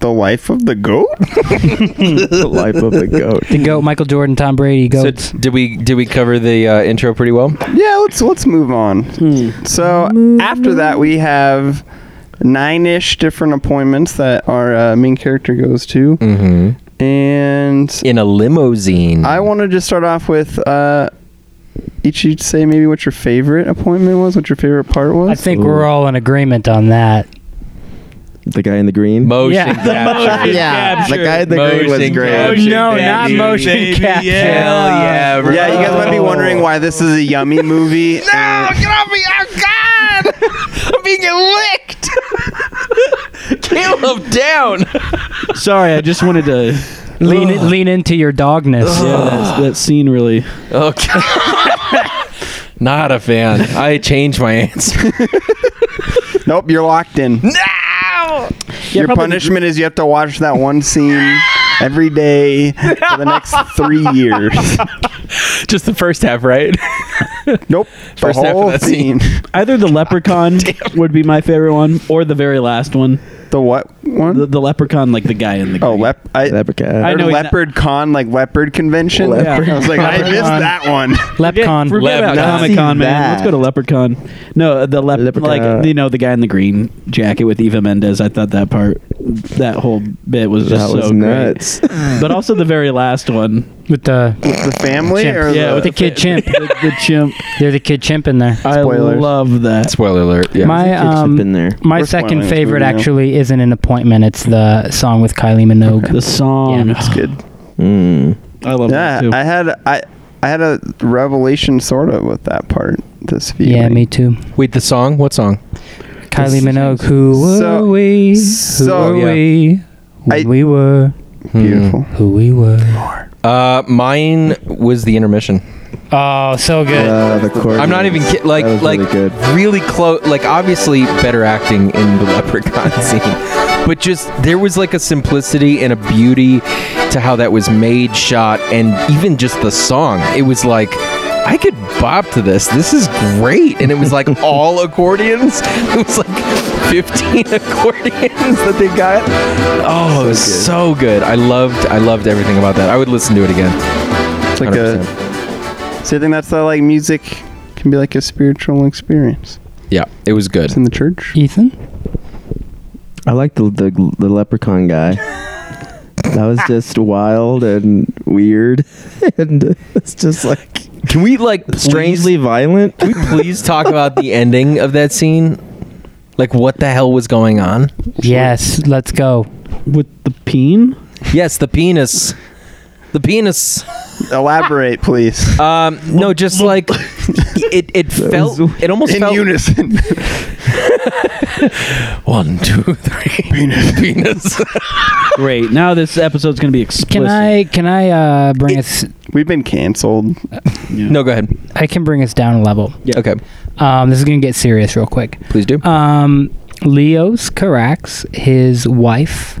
[SPEAKER 1] the life of the goat? [laughs]
[SPEAKER 5] [laughs] the life of a goat.
[SPEAKER 2] The goat, Michael Jordan, Tom Brady,
[SPEAKER 4] So
[SPEAKER 2] goats.
[SPEAKER 4] t- did we did we cover the uh, intro pretty well?
[SPEAKER 1] Yeah, let's let's move on.
[SPEAKER 2] Hmm.
[SPEAKER 1] So after that, we have nine-ish different appointments that our uh, main character goes to,
[SPEAKER 4] Mm-hmm.
[SPEAKER 1] and
[SPEAKER 4] In a limousine.
[SPEAKER 1] I want to just start off with uh, each you say maybe what your favorite appointment was, what your favorite part was.
[SPEAKER 2] I think we're all in agreement on that.
[SPEAKER 5] The guy in the green.
[SPEAKER 4] motion
[SPEAKER 2] Yeah.
[SPEAKER 4] capture.
[SPEAKER 5] yeah, the guy in the green was
[SPEAKER 4] Motion
[SPEAKER 5] great.
[SPEAKER 4] capture.
[SPEAKER 2] Oh, No,
[SPEAKER 4] baby.
[SPEAKER 2] not motion
[SPEAKER 4] Baby,
[SPEAKER 2] capture.
[SPEAKER 4] Hell yeah, bro.
[SPEAKER 1] yeah, you guys might be wondering why this is a [laughs] yummy movie. Uh,
[SPEAKER 4] No, get off me! I'm God! I'm being licked. [laughs] Caleb down.
[SPEAKER 3] Sorry, I just wanted to.
[SPEAKER 2] Lean lean into your dogness. [laughs]
[SPEAKER 3] Yeah, that, that scene really.
[SPEAKER 4] Okay. [laughs] Not a fan. I changed my answer.
[SPEAKER 1] Nope, you're locked in.
[SPEAKER 4] Ow!
[SPEAKER 1] Your punishment is you have to watch that one [laughs] scene every day for the next three years. [laughs]
[SPEAKER 4] Just the first half, right?
[SPEAKER 1] Nope,
[SPEAKER 4] First
[SPEAKER 1] the
[SPEAKER 4] half of
[SPEAKER 1] whole
[SPEAKER 4] that
[SPEAKER 1] scene.
[SPEAKER 4] scene.
[SPEAKER 3] [laughs] Either the [laughs] leprechaun would be my favorite one, or the very last one.
[SPEAKER 1] The what one?
[SPEAKER 3] The, the leprechaun, like the guy in the.
[SPEAKER 1] oh,
[SPEAKER 3] green.
[SPEAKER 1] lep. I,
[SPEAKER 5] Leopard cat.
[SPEAKER 3] I
[SPEAKER 1] I
[SPEAKER 3] know
[SPEAKER 1] know
[SPEAKER 3] he's
[SPEAKER 1] leopard con like leopard convention.
[SPEAKER 5] Leopard.
[SPEAKER 1] I was like, I missed
[SPEAKER 2] Leopard.
[SPEAKER 1] that
[SPEAKER 3] [laughs]
[SPEAKER 1] one.
[SPEAKER 2] Lepcon.
[SPEAKER 4] Lep-
[SPEAKER 3] Forget
[SPEAKER 4] Leprechaun.
[SPEAKER 3] about Comic Con, man.
[SPEAKER 5] Seen
[SPEAKER 3] Let's
[SPEAKER 5] that.
[SPEAKER 3] go to Leprechaun. No, uh, the lep-
[SPEAKER 5] Leprechaun.
[SPEAKER 3] like you know the guy in the green jacket with Eva Mendes. I thought that part, that whole bit was
[SPEAKER 5] that
[SPEAKER 3] just
[SPEAKER 5] was
[SPEAKER 3] so
[SPEAKER 5] nuts.
[SPEAKER 3] great. [laughs] But also the very last one,
[SPEAKER 2] with the
[SPEAKER 1] The family
[SPEAKER 2] Chimp.
[SPEAKER 1] or
[SPEAKER 3] Yeah,
[SPEAKER 1] the,
[SPEAKER 2] with the kid chimp.
[SPEAKER 3] the, the chimp.
[SPEAKER 2] There's a kid chimp in there.
[SPEAKER 3] I
[SPEAKER 1] Spoilers.
[SPEAKER 3] love
[SPEAKER 4] [laughs]
[SPEAKER 3] that.
[SPEAKER 4] Spoiler alert. [laughs] Yeah.
[SPEAKER 2] My
[SPEAKER 5] Kid chimp in
[SPEAKER 2] um
[SPEAKER 5] there.
[SPEAKER 2] my
[SPEAKER 1] We're spoiling
[SPEAKER 2] second
[SPEAKER 1] this
[SPEAKER 2] favorite
[SPEAKER 1] movie now.
[SPEAKER 2] actually isn't an appointment. It's the song with Kylie Minogue.
[SPEAKER 3] The song.
[SPEAKER 2] Yeah, it's
[SPEAKER 1] good.
[SPEAKER 5] Mm.
[SPEAKER 3] I love
[SPEAKER 1] Yeah,
[SPEAKER 3] that too.
[SPEAKER 1] I had I I had a revelation sort of with that part this viewing.
[SPEAKER 2] Yeah, me too.
[SPEAKER 4] Wait, the song? What song?
[SPEAKER 2] Kylie Minogue. Who were
[SPEAKER 1] So-
[SPEAKER 2] we? Who
[SPEAKER 1] so-
[SPEAKER 2] were
[SPEAKER 4] Yeah.
[SPEAKER 2] we? When
[SPEAKER 1] I- Hmm.
[SPEAKER 2] we were.
[SPEAKER 1] Beautiful.
[SPEAKER 2] Who we were.
[SPEAKER 4] Uh, mine was the intermission.
[SPEAKER 2] Oh, so good.
[SPEAKER 5] Uh, the chorus.
[SPEAKER 4] I'm not even kidding. Like,
[SPEAKER 5] That was
[SPEAKER 4] like,
[SPEAKER 5] really good.
[SPEAKER 4] really close. Like, obviously, better acting in the [laughs] Leprechaun scene, but just there was like a simplicity and a beauty to how that was made, shot, and even just the song. It was like. I could bop to this. This is great. And it was [laughs] like all accordions. It was like 15 [laughs] accordions that they got. Oh, it was so good. I loved I loved everything about that. I would listen to it again.
[SPEAKER 1] It's like a.
[SPEAKER 4] 100%.
[SPEAKER 1] So I think that's how like music can be like a spiritual experience.
[SPEAKER 4] Yeah, it was good.
[SPEAKER 1] It's in the church.
[SPEAKER 2] Ethan?
[SPEAKER 5] I like the, the the leprechaun guy. that
[SPEAKER 4] [laughs]
[SPEAKER 5] was just wild and weird, [laughs] and it's just like
[SPEAKER 4] Can we like strangely
[SPEAKER 5] strangely violent.
[SPEAKER 4] Can we please talk about the ending of that scene? Like what the hell was going on?
[SPEAKER 2] Yes, let's go.
[SPEAKER 3] With the peen.
[SPEAKER 4] Yes, the penis. The penis.
[SPEAKER 1] Elaborate,
[SPEAKER 3] [laughs]
[SPEAKER 1] please.
[SPEAKER 4] Um, no, just like it. It felt. It almost
[SPEAKER 1] In
[SPEAKER 4] felt.
[SPEAKER 1] unison. [laughs]
[SPEAKER 4] One, two, three. Penis. [laughs] Penis.
[SPEAKER 3] Great. Now this episode's gonna be explicit.
[SPEAKER 2] Can I can I uh bring us
[SPEAKER 1] We've been canceled.
[SPEAKER 3] Yeah.
[SPEAKER 4] no, go ahead.
[SPEAKER 2] I can bring us down a level.
[SPEAKER 3] Yeah.
[SPEAKER 4] Okay,
[SPEAKER 2] Um this is going to get serious real quick.
[SPEAKER 4] please do.
[SPEAKER 2] Um, Leos Carax, his wife,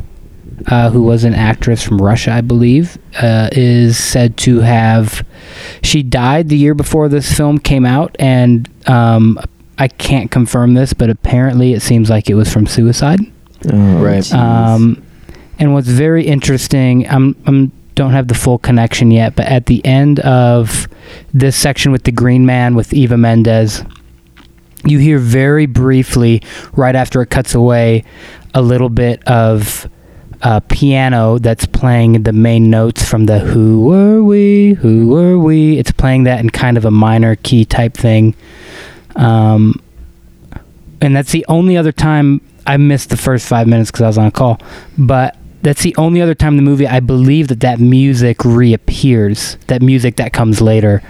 [SPEAKER 2] uh, who was an actress from Russia, I believe, uh, is said to have. She died the year before this film came out, and um, I can't confirm this, but apparently it seems like it was from suicide.
[SPEAKER 5] [laughs] Oh,
[SPEAKER 4] Right.
[SPEAKER 5] jeez.
[SPEAKER 2] Um, and what's very interesting, I'm, I'm don't have the full connection yet, but at the end of this section with the Green Man with Eva Mendes, you hear very briefly, right after it cuts away, a little bit of uh, piano that's playing the main notes from the Who Were We? Who Were We? It's playing that in kind of a minor key type thing. Um, and that's the only other time I missed the first five minutes because I was on a call. But that's the only other time in the movie I believe that that music reappears. That music that comes later.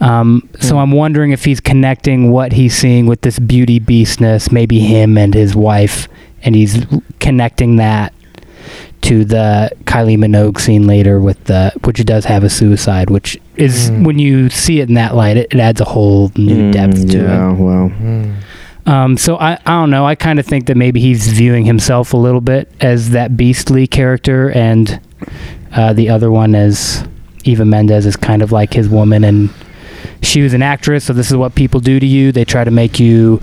[SPEAKER 2] Um, so I'm wondering if he's connecting what he's seeing with this beauty beastness, maybe him and his wife, and he's connecting that to the Kylie Minogue scene later with the which does have a suicide, which is
[SPEAKER 4] Mm.
[SPEAKER 2] when you see it in that light, it, it adds a whole new
[SPEAKER 5] Mm,
[SPEAKER 2] depth to it.
[SPEAKER 5] yeah, Wow.
[SPEAKER 4] Hmm.
[SPEAKER 2] Um, so I, I don't know. I kind of think that maybe he's viewing himself a little bit as that beastly character, and uh, the other one as Eva Mendes is kind of like his woman, and she was an actress. So this is what people do to you. They try to make you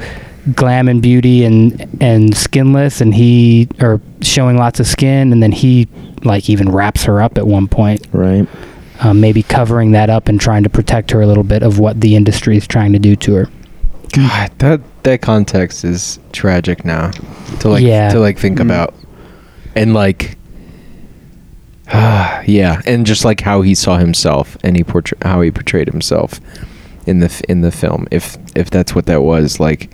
[SPEAKER 2] glam and beauty and and skinless, and he or showing lots of skin, and then he like even wraps her up at one point,
[SPEAKER 5] Right.
[SPEAKER 2] um, maybe covering that up and trying to protect her a little bit of what the industry is trying to do to her.
[SPEAKER 4] God, that that context is tragic now. To like
[SPEAKER 2] Yeah.
[SPEAKER 4] to like think
[SPEAKER 3] Mm.
[SPEAKER 4] about. And like [sighs] yeah, and just like how he saw himself and he portray how he portrayed himself in the f- in the film if if that's what that was like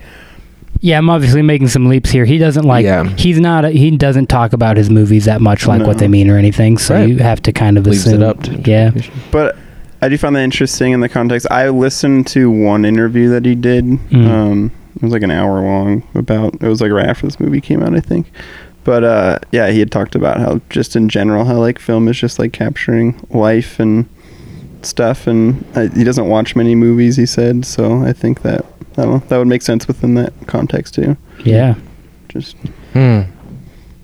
[SPEAKER 2] Yeah, I'm obviously making some leaps here. He doesn't like.
[SPEAKER 4] Yeah.
[SPEAKER 2] He's not. He doesn't talk about his movies that much, like what
[SPEAKER 1] No.
[SPEAKER 2] they mean or anything. So
[SPEAKER 4] Right.
[SPEAKER 2] you have to kind of
[SPEAKER 4] leaves
[SPEAKER 2] assume.
[SPEAKER 4] it up to
[SPEAKER 2] yeah.
[SPEAKER 1] But I do find that interesting in the context. I listened to one interview that he did.
[SPEAKER 2] Mm.
[SPEAKER 1] Um, it was like an hour long. About it was like right after this movie came out, I think. But uh, yeah, he had talked about how just in general how like film is just like capturing life and stuff, and uh, he doesn't watch many movies. He said so. I think that I don't know that would make sense within that context too.
[SPEAKER 2] Yeah.
[SPEAKER 1] Just
[SPEAKER 4] Hmm.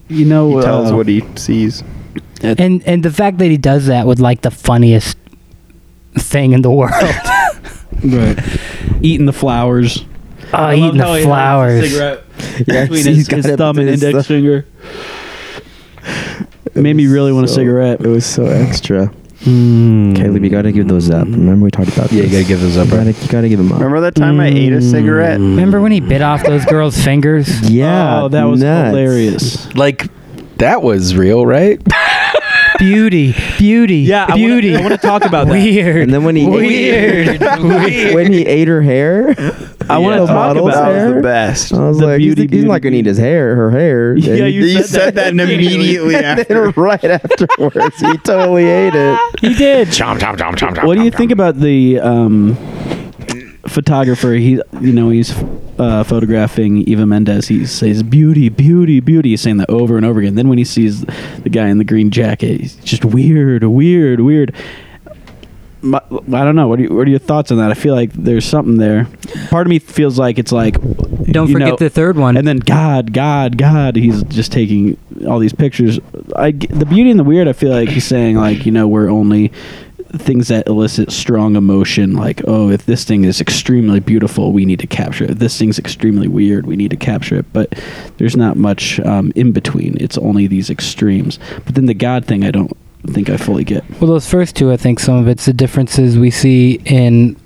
[SPEAKER 3] You know,
[SPEAKER 1] he
[SPEAKER 5] Oh,
[SPEAKER 1] tells
[SPEAKER 3] uh,
[SPEAKER 1] what he sees.
[SPEAKER 2] And and the fact that he does that with like the funniest thing in the world.
[SPEAKER 3] right. eating the flowers.
[SPEAKER 2] oh, [laughs]
[SPEAKER 3] [laughs] I love
[SPEAKER 2] eating
[SPEAKER 3] how
[SPEAKER 2] the
[SPEAKER 3] he holds
[SPEAKER 2] flowers.
[SPEAKER 3] Cigarette [laughs]
[SPEAKER 5] Yeah,
[SPEAKER 3] between
[SPEAKER 5] he's
[SPEAKER 3] his,
[SPEAKER 5] got
[SPEAKER 3] his
[SPEAKER 5] it
[SPEAKER 3] thumb and
[SPEAKER 5] between his
[SPEAKER 3] index
[SPEAKER 5] thumb.
[SPEAKER 3] finger. Made me really want a cigarette.
[SPEAKER 5] It was so extra.
[SPEAKER 3] Mm.
[SPEAKER 5] Caleb, you gotta give those up. Remember we talked about
[SPEAKER 4] Yeah, you
[SPEAKER 5] this.
[SPEAKER 4] got to give those up.
[SPEAKER 5] You gotta,
[SPEAKER 4] Right?
[SPEAKER 5] you gotta give them up.
[SPEAKER 1] Remember that time I ate a cigarette?
[SPEAKER 5] Mm.
[SPEAKER 2] Remember when he bit off those girls' fingers?
[SPEAKER 5] [laughs] Yeah.
[SPEAKER 3] Oh, that was
[SPEAKER 5] nuts.
[SPEAKER 3] hilarious.
[SPEAKER 4] Like that was real, right?
[SPEAKER 2] Beauty, beauty,
[SPEAKER 3] Yeah,
[SPEAKER 2] beauty.
[SPEAKER 3] I want to talk about
[SPEAKER 2] [laughs]
[SPEAKER 3] that.
[SPEAKER 2] Weird.
[SPEAKER 5] And then when he
[SPEAKER 3] [laughs]
[SPEAKER 2] Weird.
[SPEAKER 5] Ate, [laughs] when he ate her hair,
[SPEAKER 3] I want to talk
[SPEAKER 5] the bottles
[SPEAKER 3] about
[SPEAKER 5] there.
[SPEAKER 1] That
[SPEAKER 5] Oh.
[SPEAKER 1] was
[SPEAKER 5] hair?
[SPEAKER 1] the best.
[SPEAKER 5] I was
[SPEAKER 3] The
[SPEAKER 5] like, he's-
[SPEAKER 3] beauty,
[SPEAKER 5] he's, not
[SPEAKER 3] beauty,
[SPEAKER 5] gonna eat his hair, her hair. [laughs]
[SPEAKER 3] Yeah,
[SPEAKER 5] And-
[SPEAKER 3] you
[SPEAKER 1] You
[SPEAKER 3] said
[SPEAKER 1] said
[SPEAKER 3] that
[SPEAKER 1] that immediately
[SPEAKER 5] and
[SPEAKER 1] after.
[SPEAKER 5] then right afterwards, [laughs] he totally ate it.
[SPEAKER 3] He
[SPEAKER 4] [laughs]
[SPEAKER 3] did.
[SPEAKER 4] Chomp, chomp, chomp, chomp,
[SPEAKER 3] What
[SPEAKER 4] chomp,
[SPEAKER 3] do you
[SPEAKER 4] chomp,
[SPEAKER 3] think
[SPEAKER 4] chomp.
[SPEAKER 3] about the um, photographer? He, you know, he's uh, photographing Eva Mendes. He says beauty, beauty, beauty, He's saying that over and over again. Then when he sees the guy in the green jacket, he's just weird, weird, weird. My, I don't know. What are, you, what are your thoughts on that? I feel like there's something there. Part of me feels like it's like
[SPEAKER 2] Don't
[SPEAKER 3] you
[SPEAKER 2] forget
[SPEAKER 3] know,
[SPEAKER 2] the third one.
[SPEAKER 3] and then God, God, God, he's just taking all these pictures. I g the beauty and the weird. I feel like he's saying like you know we're only things that elicit strong emotion. Like oh, if this thing is extremely beautiful, we need to capture it. If this thing's extremely weird, we need to capture it. But there's not much um, in between. It's only these extremes. But then the God thing, I don't think I fully get.
[SPEAKER 2] Well, those first two, I think some of it's the differences we see in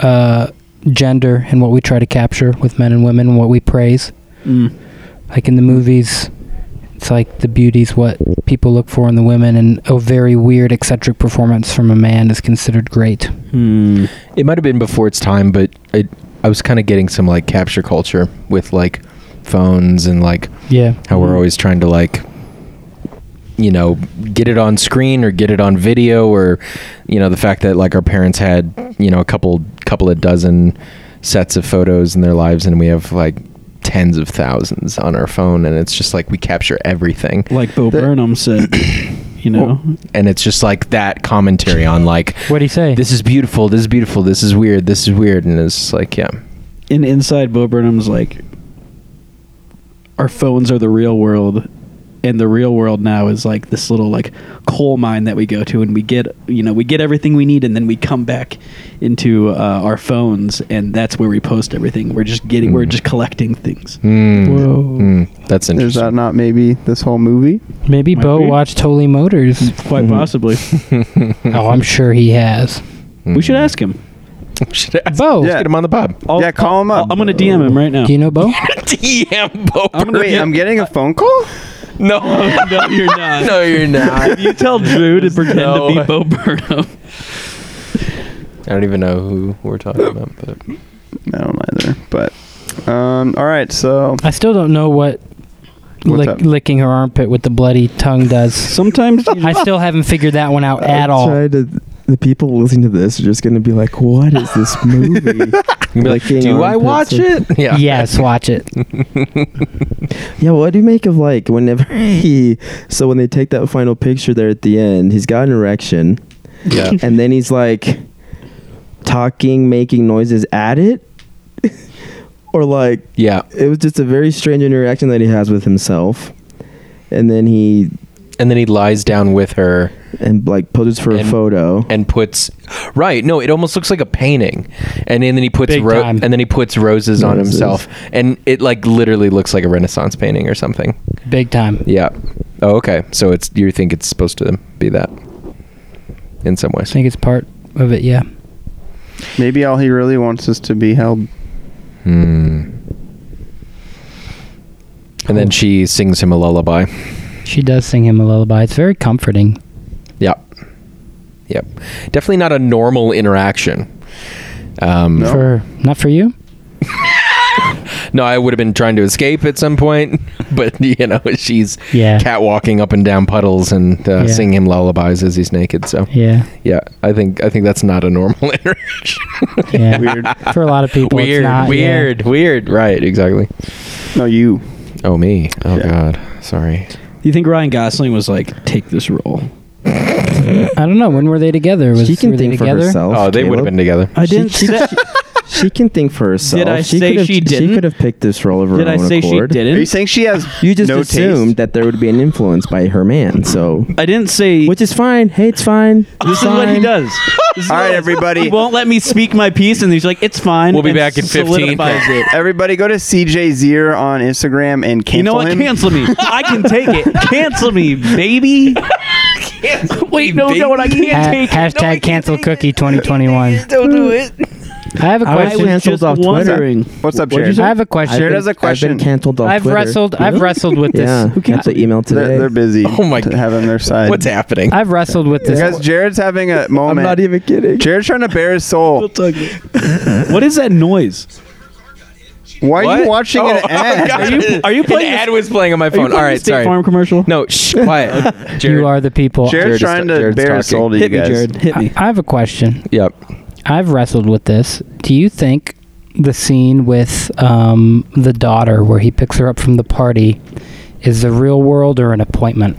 [SPEAKER 2] uh, gender and what we try to capture with men and women and what we praise. Like in the movies, it's like the beauty's what people look for in the women, and a very weird, eccentric performance from a man is considered great.
[SPEAKER 3] Hmm.
[SPEAKER 4] It might have been before its time, but it, I was kind of getting some like capture culture with like phones and like
[SPEAKER 2] Yeah.
[SPEAKER 4] how
[SPEAKER 3] Mm-hmm.
[SPEAKER 4] we're always trying to like you know get it on screen or get it on video or you know the fact that like our parents had you know a couple couple of dozen sets of photos in their lives and we have like tens of thousands on our phone and it's just like we capture everything
[SPEAKER 3] Like Bo
[SPEAKER 5] The-
[SPEAKER 3] Burnham said, you know.
[SPEAKER 4] and it's just like that commentary on like
[SPEAKER 2] What do you say?
[SPEAKER 4] this is beautiful this is beautiful this is weird this is weird and it's just like yeah
[SPEAKER 3] and inside Bo Burnham's like, our phones are the real world, and the real world now is like this little like coal mine that we go to and we get you know we get everything we need and then we come back into uh, our phones and that's where we post everything we're just getting
[SPEAKER 4] Mm-hmm.
[SPEAKER 3] we're just collecting things
[SPEAKER 4] Mm.
[SPEAKER 3] Whoa.
[SPEAKER 4] Mm. That's
[SPEAKER 1] Is
[SPEAKER 4] interesting.
[SPEAKER 1] that not maybe this whole movie?
[SPEAKER 2] Maybe
[SPEAKER 3] Might
[SPEAKER 2] Bo
[SPEAKER 3] be.
[SPEAKER 2] watched Holy
[SPEAKER 3] [laughs]
[SPEAKER 2] Motors.
[SPEAKER 3] quite
[SPEAKER 4] Mm-hmm.
[SPEAKER 3] possibly
[SPEAKER 2] oh, I'm sure he has.
[SPEAKER 4] Hmm.
[SPEAKER 3] we should ask him
[SPEAKER 4] Should I-
[SPEAKER 2] Bo,
[SPEAKER 1] Yeah.
[SPEAKER 4] Get him on the pod.
[SPEAKER 1] [laughs] Yeah, call him up.
[SPEAKER 3] I'm gonna DM him right now
[SPEAKER 2] do you know Bo?
[SPEAKER 4] DM Boper.
[SPEAKER 3] I'm gonna-
[SPEAKER 1] Wait, I'm getting a phone call?
[SPEAKER 4] no,
[SPEAKER 3] [laughs] no you're
[SPEAKER 4] [laughs]
[SPEAKER 3] not
[SPEAKER 4] no, you're not.
[SPEAKER 3] you tell Drew to pretend
[SPEAKER 4] No
[SPEAKER 3] to be
[SPEAKER 4] way. [laughs]
[SPEAKER 3] Bo Burnham
[SPEAKER 4] I don't even know who we're talking about, but
[SPEAKER 1] I don't either. But um, all right, so
[SPEAKER 2] I still don't know what
[SPEAKER 1] What's
[SPEAKER 2] lick,
[SPEAKER 1] up?
[SPEAKER 2] licking her armpit with the bloody tongue does.
[SPEAKER 3] sometimes you
[SPEAKER 2] [laughs] I still haven't figured that one out at
[SPEAKER 5] I
[SPEAKER 2] all.
[SPEAKER 5] tried to- the people listening to this are just going to be like, "What is [laughs] this movie?"
[SPEAKER 4] You'd be
[SPEAKER 5] Like
[SPEAKER 4] like,
[SPEAKER 5] being
[SPEAKER 4] do I
[SPEAKER 5] armpits
[SPEAKER 4] watch
[SPEAKER 5] with-
[SPEAKER 4] it? Yeah.
[SPEAKER 2] Yes, watch it.
[SPEAKER 5] yeah, what do you make of like whenever [laughs] he? So when they take that final picture there at the end, he's got an erection,
[SPEAKER 4] [laughs] Yeah.
[SPEAKER 5] and then he's like talking, making noises at it, [laughs] or like
[SPEAKER 4] Yeah.
[SPEAKER 5] it was just a very strange interaction that he has with himself, and then he
[SPEAKER 4] And then he lies down with her
[SPEAKER 5] and like poses for a
[SPEAKER 4] And-
[SPEAKER 5] photo.
[SPEAKER 4] and puts right. No, it almost looks like a painting. And then he puts
[SPEAKER 2] Big
[SPEAKER 4] ro-
[SPEAKER 2] time.
[SPEAKER 4] and then he puts roses on
[SPEAKER 5] Roses.
[SPEAKER 4] himself, and it like literally looks like a Renaissance painting or something.
[SPEAKER 2] Big time.
[SPEAKER 4] Yeah. Oh, okay. So it's you think it's supposed to be that in some
[SPEAKER 2] I
[SPEAKER 4] ways.
[SPEAKER 2] think it's part of it, yeah.
[SPEAKER 1] maybe all he really wants is to be held.
[SPEAKER 4] Hmm. And then she sings him a lullaby.
[SPEAKER 2] She does sing him a lullaby. It's very comforting.
[SPEAKER 4] Yep. Yep. Definitely not a normal interaction. Um,
[SPEAKER 1] No.
[SPEAKER 4] no.
[SPEAKER 2] For not for you?
[SPEAKER 4] I would have been trying to escape at some point, [laughs] but you know, she's
[SPEAKER 2] Yeah.
[SPEAKER 4] catwalking up and down puddles and uh,
[SPEAKER 2] Yeah.
[SPEAKER 4] singing him lullabies as he's naked. So
[SPEAKER 2] Yeah.
[SPEAKER 4] yeah, I think I think that's not a normal [laughs] interaction.
[SPEAKER 2] Yeah.
[SPEAKER 1] Weird.
[SPEAKER 2] For a lot of people. it's
[SPEAKER 4] weird,
[SPEAKER 2] not, yeah.
[SPEAKER 4] weird, weird. Right, exactly.
[SPEAKER 1] No, you.
[SPEAKER 4] Oh me. Oh
[SPEAKER 1] Yeah.
[SPEAKER 4] god. Sorry.
[SPEAKER 3] you think Ryan Gosling was like take this role
[SPEAKER 2] I don't know. When were they together? Was
[SPEAKER 5] she can
[SPEAKER 2] were they
[SPEAKER 5] think for
[SPEAKER 2] together?
[SPEAKER 5] herself.
[SPEAKER 4] Oh, they would have
[SPEAKER 5] Caleb.
[SPEAKER 4] been together.
[SPEAKER 3] I
[SPEAKER 5] She-
[SPEAKER 3] didn't
[SPEAKER 5] she-
[SPEAKER 3] say-
[SPEAKER 5] [laughs] She can think for herself.
[SPEAKER 3] Did I say
[SPEAKER 5] could have,
[SPEAKER 3] she didn't?
[SPEAKER 5] could have picked this role of her
[SPEAKER 3] did I
[SPEAKER 5] own
[SPEAKER 3] say
[SPEAKER 5] accord.
[SPEAKER 3] she
[SPEAKER 1] Are you
[SPEAKER 3] didn't
[SPEAKER 1] saying she has
[SPEAKER 5] You just
[SPEAKER 1] no
[SPEAKER 5] assumed
[SPEAKER 1] taste?
[SPEAKER 5] that there would be an influence by her man, so
[SPEAKER 3] I didn't say
[SPEAKER 5] which is fine. Hey, it's fine.
[SPEAKER 3] This is [laughs] what he does. This is
[SPEAKER 1] All
[SPEAKER 3] what-
[SPEAKER 1] right, everybody.
[SPEAKER 3] [laughs] He won't let me speak my piece, and he's like, "It's fine."
[SPEAKER 4] We'll be
[SPEAKER 3] and
[SPEAKER 4] back in 15.
[SPEAKER 3] solidifies it.
[SPEAKER 1] Everybody go to CJ Zier on Instagram and cancel
[SPEAKER 3] You know what?
[SPEAKER 1] him.
[SPEAKER 3] Cancel me. I can take it. Cancel me, baby. Wait, no, no,
[SPEAKER 2] Ha-
[SPEAKER 3] I can't take it.
[SPEAKER 2] hashtag cancel cookie 2021.
[SPEAKER 4] Don't do it.
[SPEAKER 2] I have a
[SPEAKER 5] I was
[SPEAKER 2] question.
[SPEAKER 5] canceled off Twitter.
[SPEAKER 1] What's up,
[SPEAKER 5] What'd you
[SPEAKER 1] Jared?
[SPEAKER 5] say?
[SPEAKER 2] I have a question.
[SPEAKER 1] Jared has a
[SPEAKER 5] I've
[SPEAKER 1] question.
[SPEAKER 5] been canceled off
[SPEAKER 2] I've
[SPEAKER 5] Twitter.
[SPEAKER 2] wrestled. I've wrestled with this.
[SPEAKER 5] Yeah, got the email today.
[SPEAKER 1] They're, they're busy.
[SPEAKER 4] Oh my
[SPEAKER 1] to
[SPEAKER 4] God.
[SPEAKER 1] Having their side.
[SPEAKER 4] What's happening?
[SPEAKER 2] I've wrestled with this.
[SPEAKER 1] Because Jared's having a
[SPEAKER 5] I'm
[SPEAKER 1] moment.
[SPEAKER 5] not even kidding.
[SPEAKER 1] Jared's trying to bare his soul.
[SPEAKER 3] What is that noise?
[SPEAKER 1] Why are you
[SPEAKER 4] What?
[SPEAKER 1] watching
[SPEAKER 4] Oh,
[SPEAKER 1] an
[SPEAKER 4] oh, [laughs]
[SPEAKER 1] ad?
[SPEAKER 4] God.
[SPEAKER 3] Are you- are you playing
[SPEAKER 4] An
[SPEAKER 3] this-
[SPEAKER 4] ad was playing on my
[SPEAKER 3] Are you
[SPEAKER 4] phone.
[SPEAKER 3] playing
[SPEAKER 4] All
[SPEAKER 3] the
[SPEAKER 4] right,
[SPEAKER 3] State
[SPEAKER 4] sorry.
[SPEAKER 3] Farm commercial.
[SPEAKER 4] No, shh, quiet. Jared.
[SPEAKER 2] [laughs] You are the people.
[SPEAKER 4] Jared is-
[SPEAKER 1] Jared's trying to
[SPEAKER 4] Jared's
[SPEAKER 1] bare his
[SPEAKER 4] talking.
[SPEAKER 1] soul to you
[SPEAKER 3] hit me,
[SPEAKER 1] guys.
[SPEAKER 3] Jared. Hit
[SPEAKER 2] I,
[SPEAKER 3] me.
[SPEAKER 2] I have a question.
[SPEAKER 4] Yep.
[SPEAKER 2] I've wrestled with this. Do you think the scene with um, the daughter, where he picks her up from the party, is the real world or an appointment?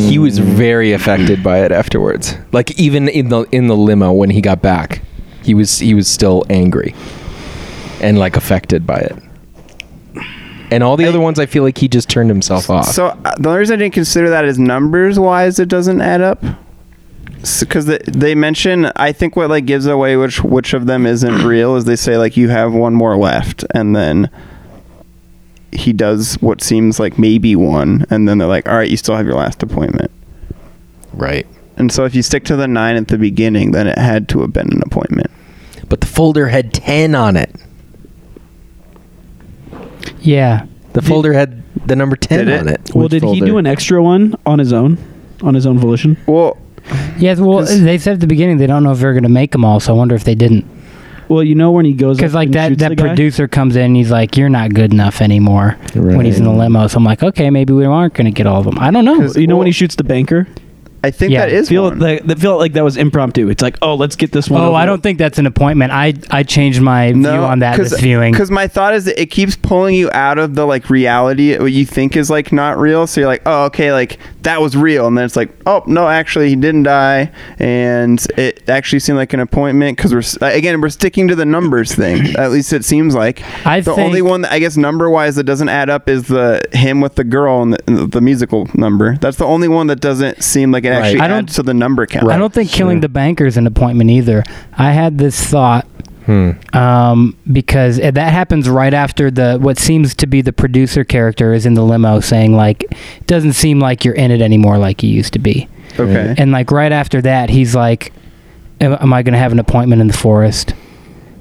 [SPEAKER 2] Mm.
[SPEAKER 4] He was very affected by it afterwards. Like even in the in the limo when he got back, he was he was still angry and like affected by it. And all the other ones, I feel like he just turned himself off.
[SPEAKER 1] So uh, the only reason I didn't consider that is numbers wise, it doesn't add up. Because they, they mention, I think what like gives away which which of them isn't
[SPEAKER 4] [clears throat]
[SPEAKER 1] real is they say like you have one more left, and then he does what seems like maybe one, and then they're like, all right, you still have your last appointment.
[SPEAKER 4] right.
[SPEAKER 1] And so if you stick to the nine at the beginning, then it had to have been an appointment.
[SPEAKER 4] But the folder had ten on it.
[SPEAKER 2] Yeah.
[SPEAKER 4] The folder had the number ten
[SPEAKER 1] Did it?
[SPEAKER 4] on it.
[SPEAKER 3] Well,
[SPEAKER 5] Which
[SPEAKER 3] did he
[SPEAKER 5] folder?
[SPEAKER 3] do an extra one on his own, on his own volition?
[SPEAKER 1] Well,
[SPEAKER 2] Yeah. Well,
[SPEAKER 1] 'Cause-
[SPEAKER 2] they said at the beginning they don't know if they're going to make them all, so I wonder if they didn't.
[SPEAKER 3] Well, you know when he goes
[SPEAKER 2] Because
[SPEAKER 3] up
[SPEAKER 2] like
[SPEAKER 3] and
[SPEAKER 2] that,
[SPEAKER 3] shoots
[SPEAKER 2] that
[SPEAKER 3] the guy?
[SPEAKER 2] producer comes in, he's like, "You're not good enough anymore." When he's in the
[SPEAKER 5] Right.
[SPEAKER 2] limo, so I'm like, "Okay, maybe we aren't going to get all of them." I don't know.
[SPEAKER 3] You know when he shoots the banker?
[SPEAKER 1] I think
[SPEAKER 2] Yeah.
[SPEAKER 1] that is
[SPEAKER 3] feel
[SPEAKER 1] one.
[SPEAKER 3] like that felt like that was impromptu. It's like, oh, let's get this one.
[SPEAKER 2] Oh,
[SPEAKER 3] over
[SPEAKER 2] I
[SPEAKER 3] with.
[SPEAKER 2] don't think that's an appointment. I I changed my view on that this viewing.
[SPEAKER 1] Because my thought is that it keeps pulling you out of the like reality what you think is like not real. So you're like, oh, okay, like that was real, and then it's like, oh no, actually he didn't die, and it actually seemed like an appointment because we're s- uh, again we're sticking to the
[SPEAKER 2] [clears throat]
[SPEAKER 1] numbers thing. At least it seems like.
[SPEAKER 2] I
[SPEAKER 1] the
[SPEAKER 2] think-
[SPEAKER 1] only one that I guess number wise that doesn't add up is the him with the girl and the, and the musical number. That's the only one that doesn't seem like it
[SPEAKER 4] Right.
[SPEAKER 1] actually
[SPEAKER 2] I don't-
[SPEAKER 1] adds to the number count.
[SPEAKER 2] I don't think killing
[SPEAKER 4] sure.
[SPEAKER 2] the banker is an appointment either. I had this thought
[SPEAKER 4] Hmm.
[SPEAKER 2] um, because that happens right after the what seems to be the producer character is in the limo saying like, it doesn't seem like you're in it anymore like you used to be.
[SPEAKER 1] Okay.
[SPEAKER 2] And like right after that, he's like, "Am, am I going to have an appointment in the forest?"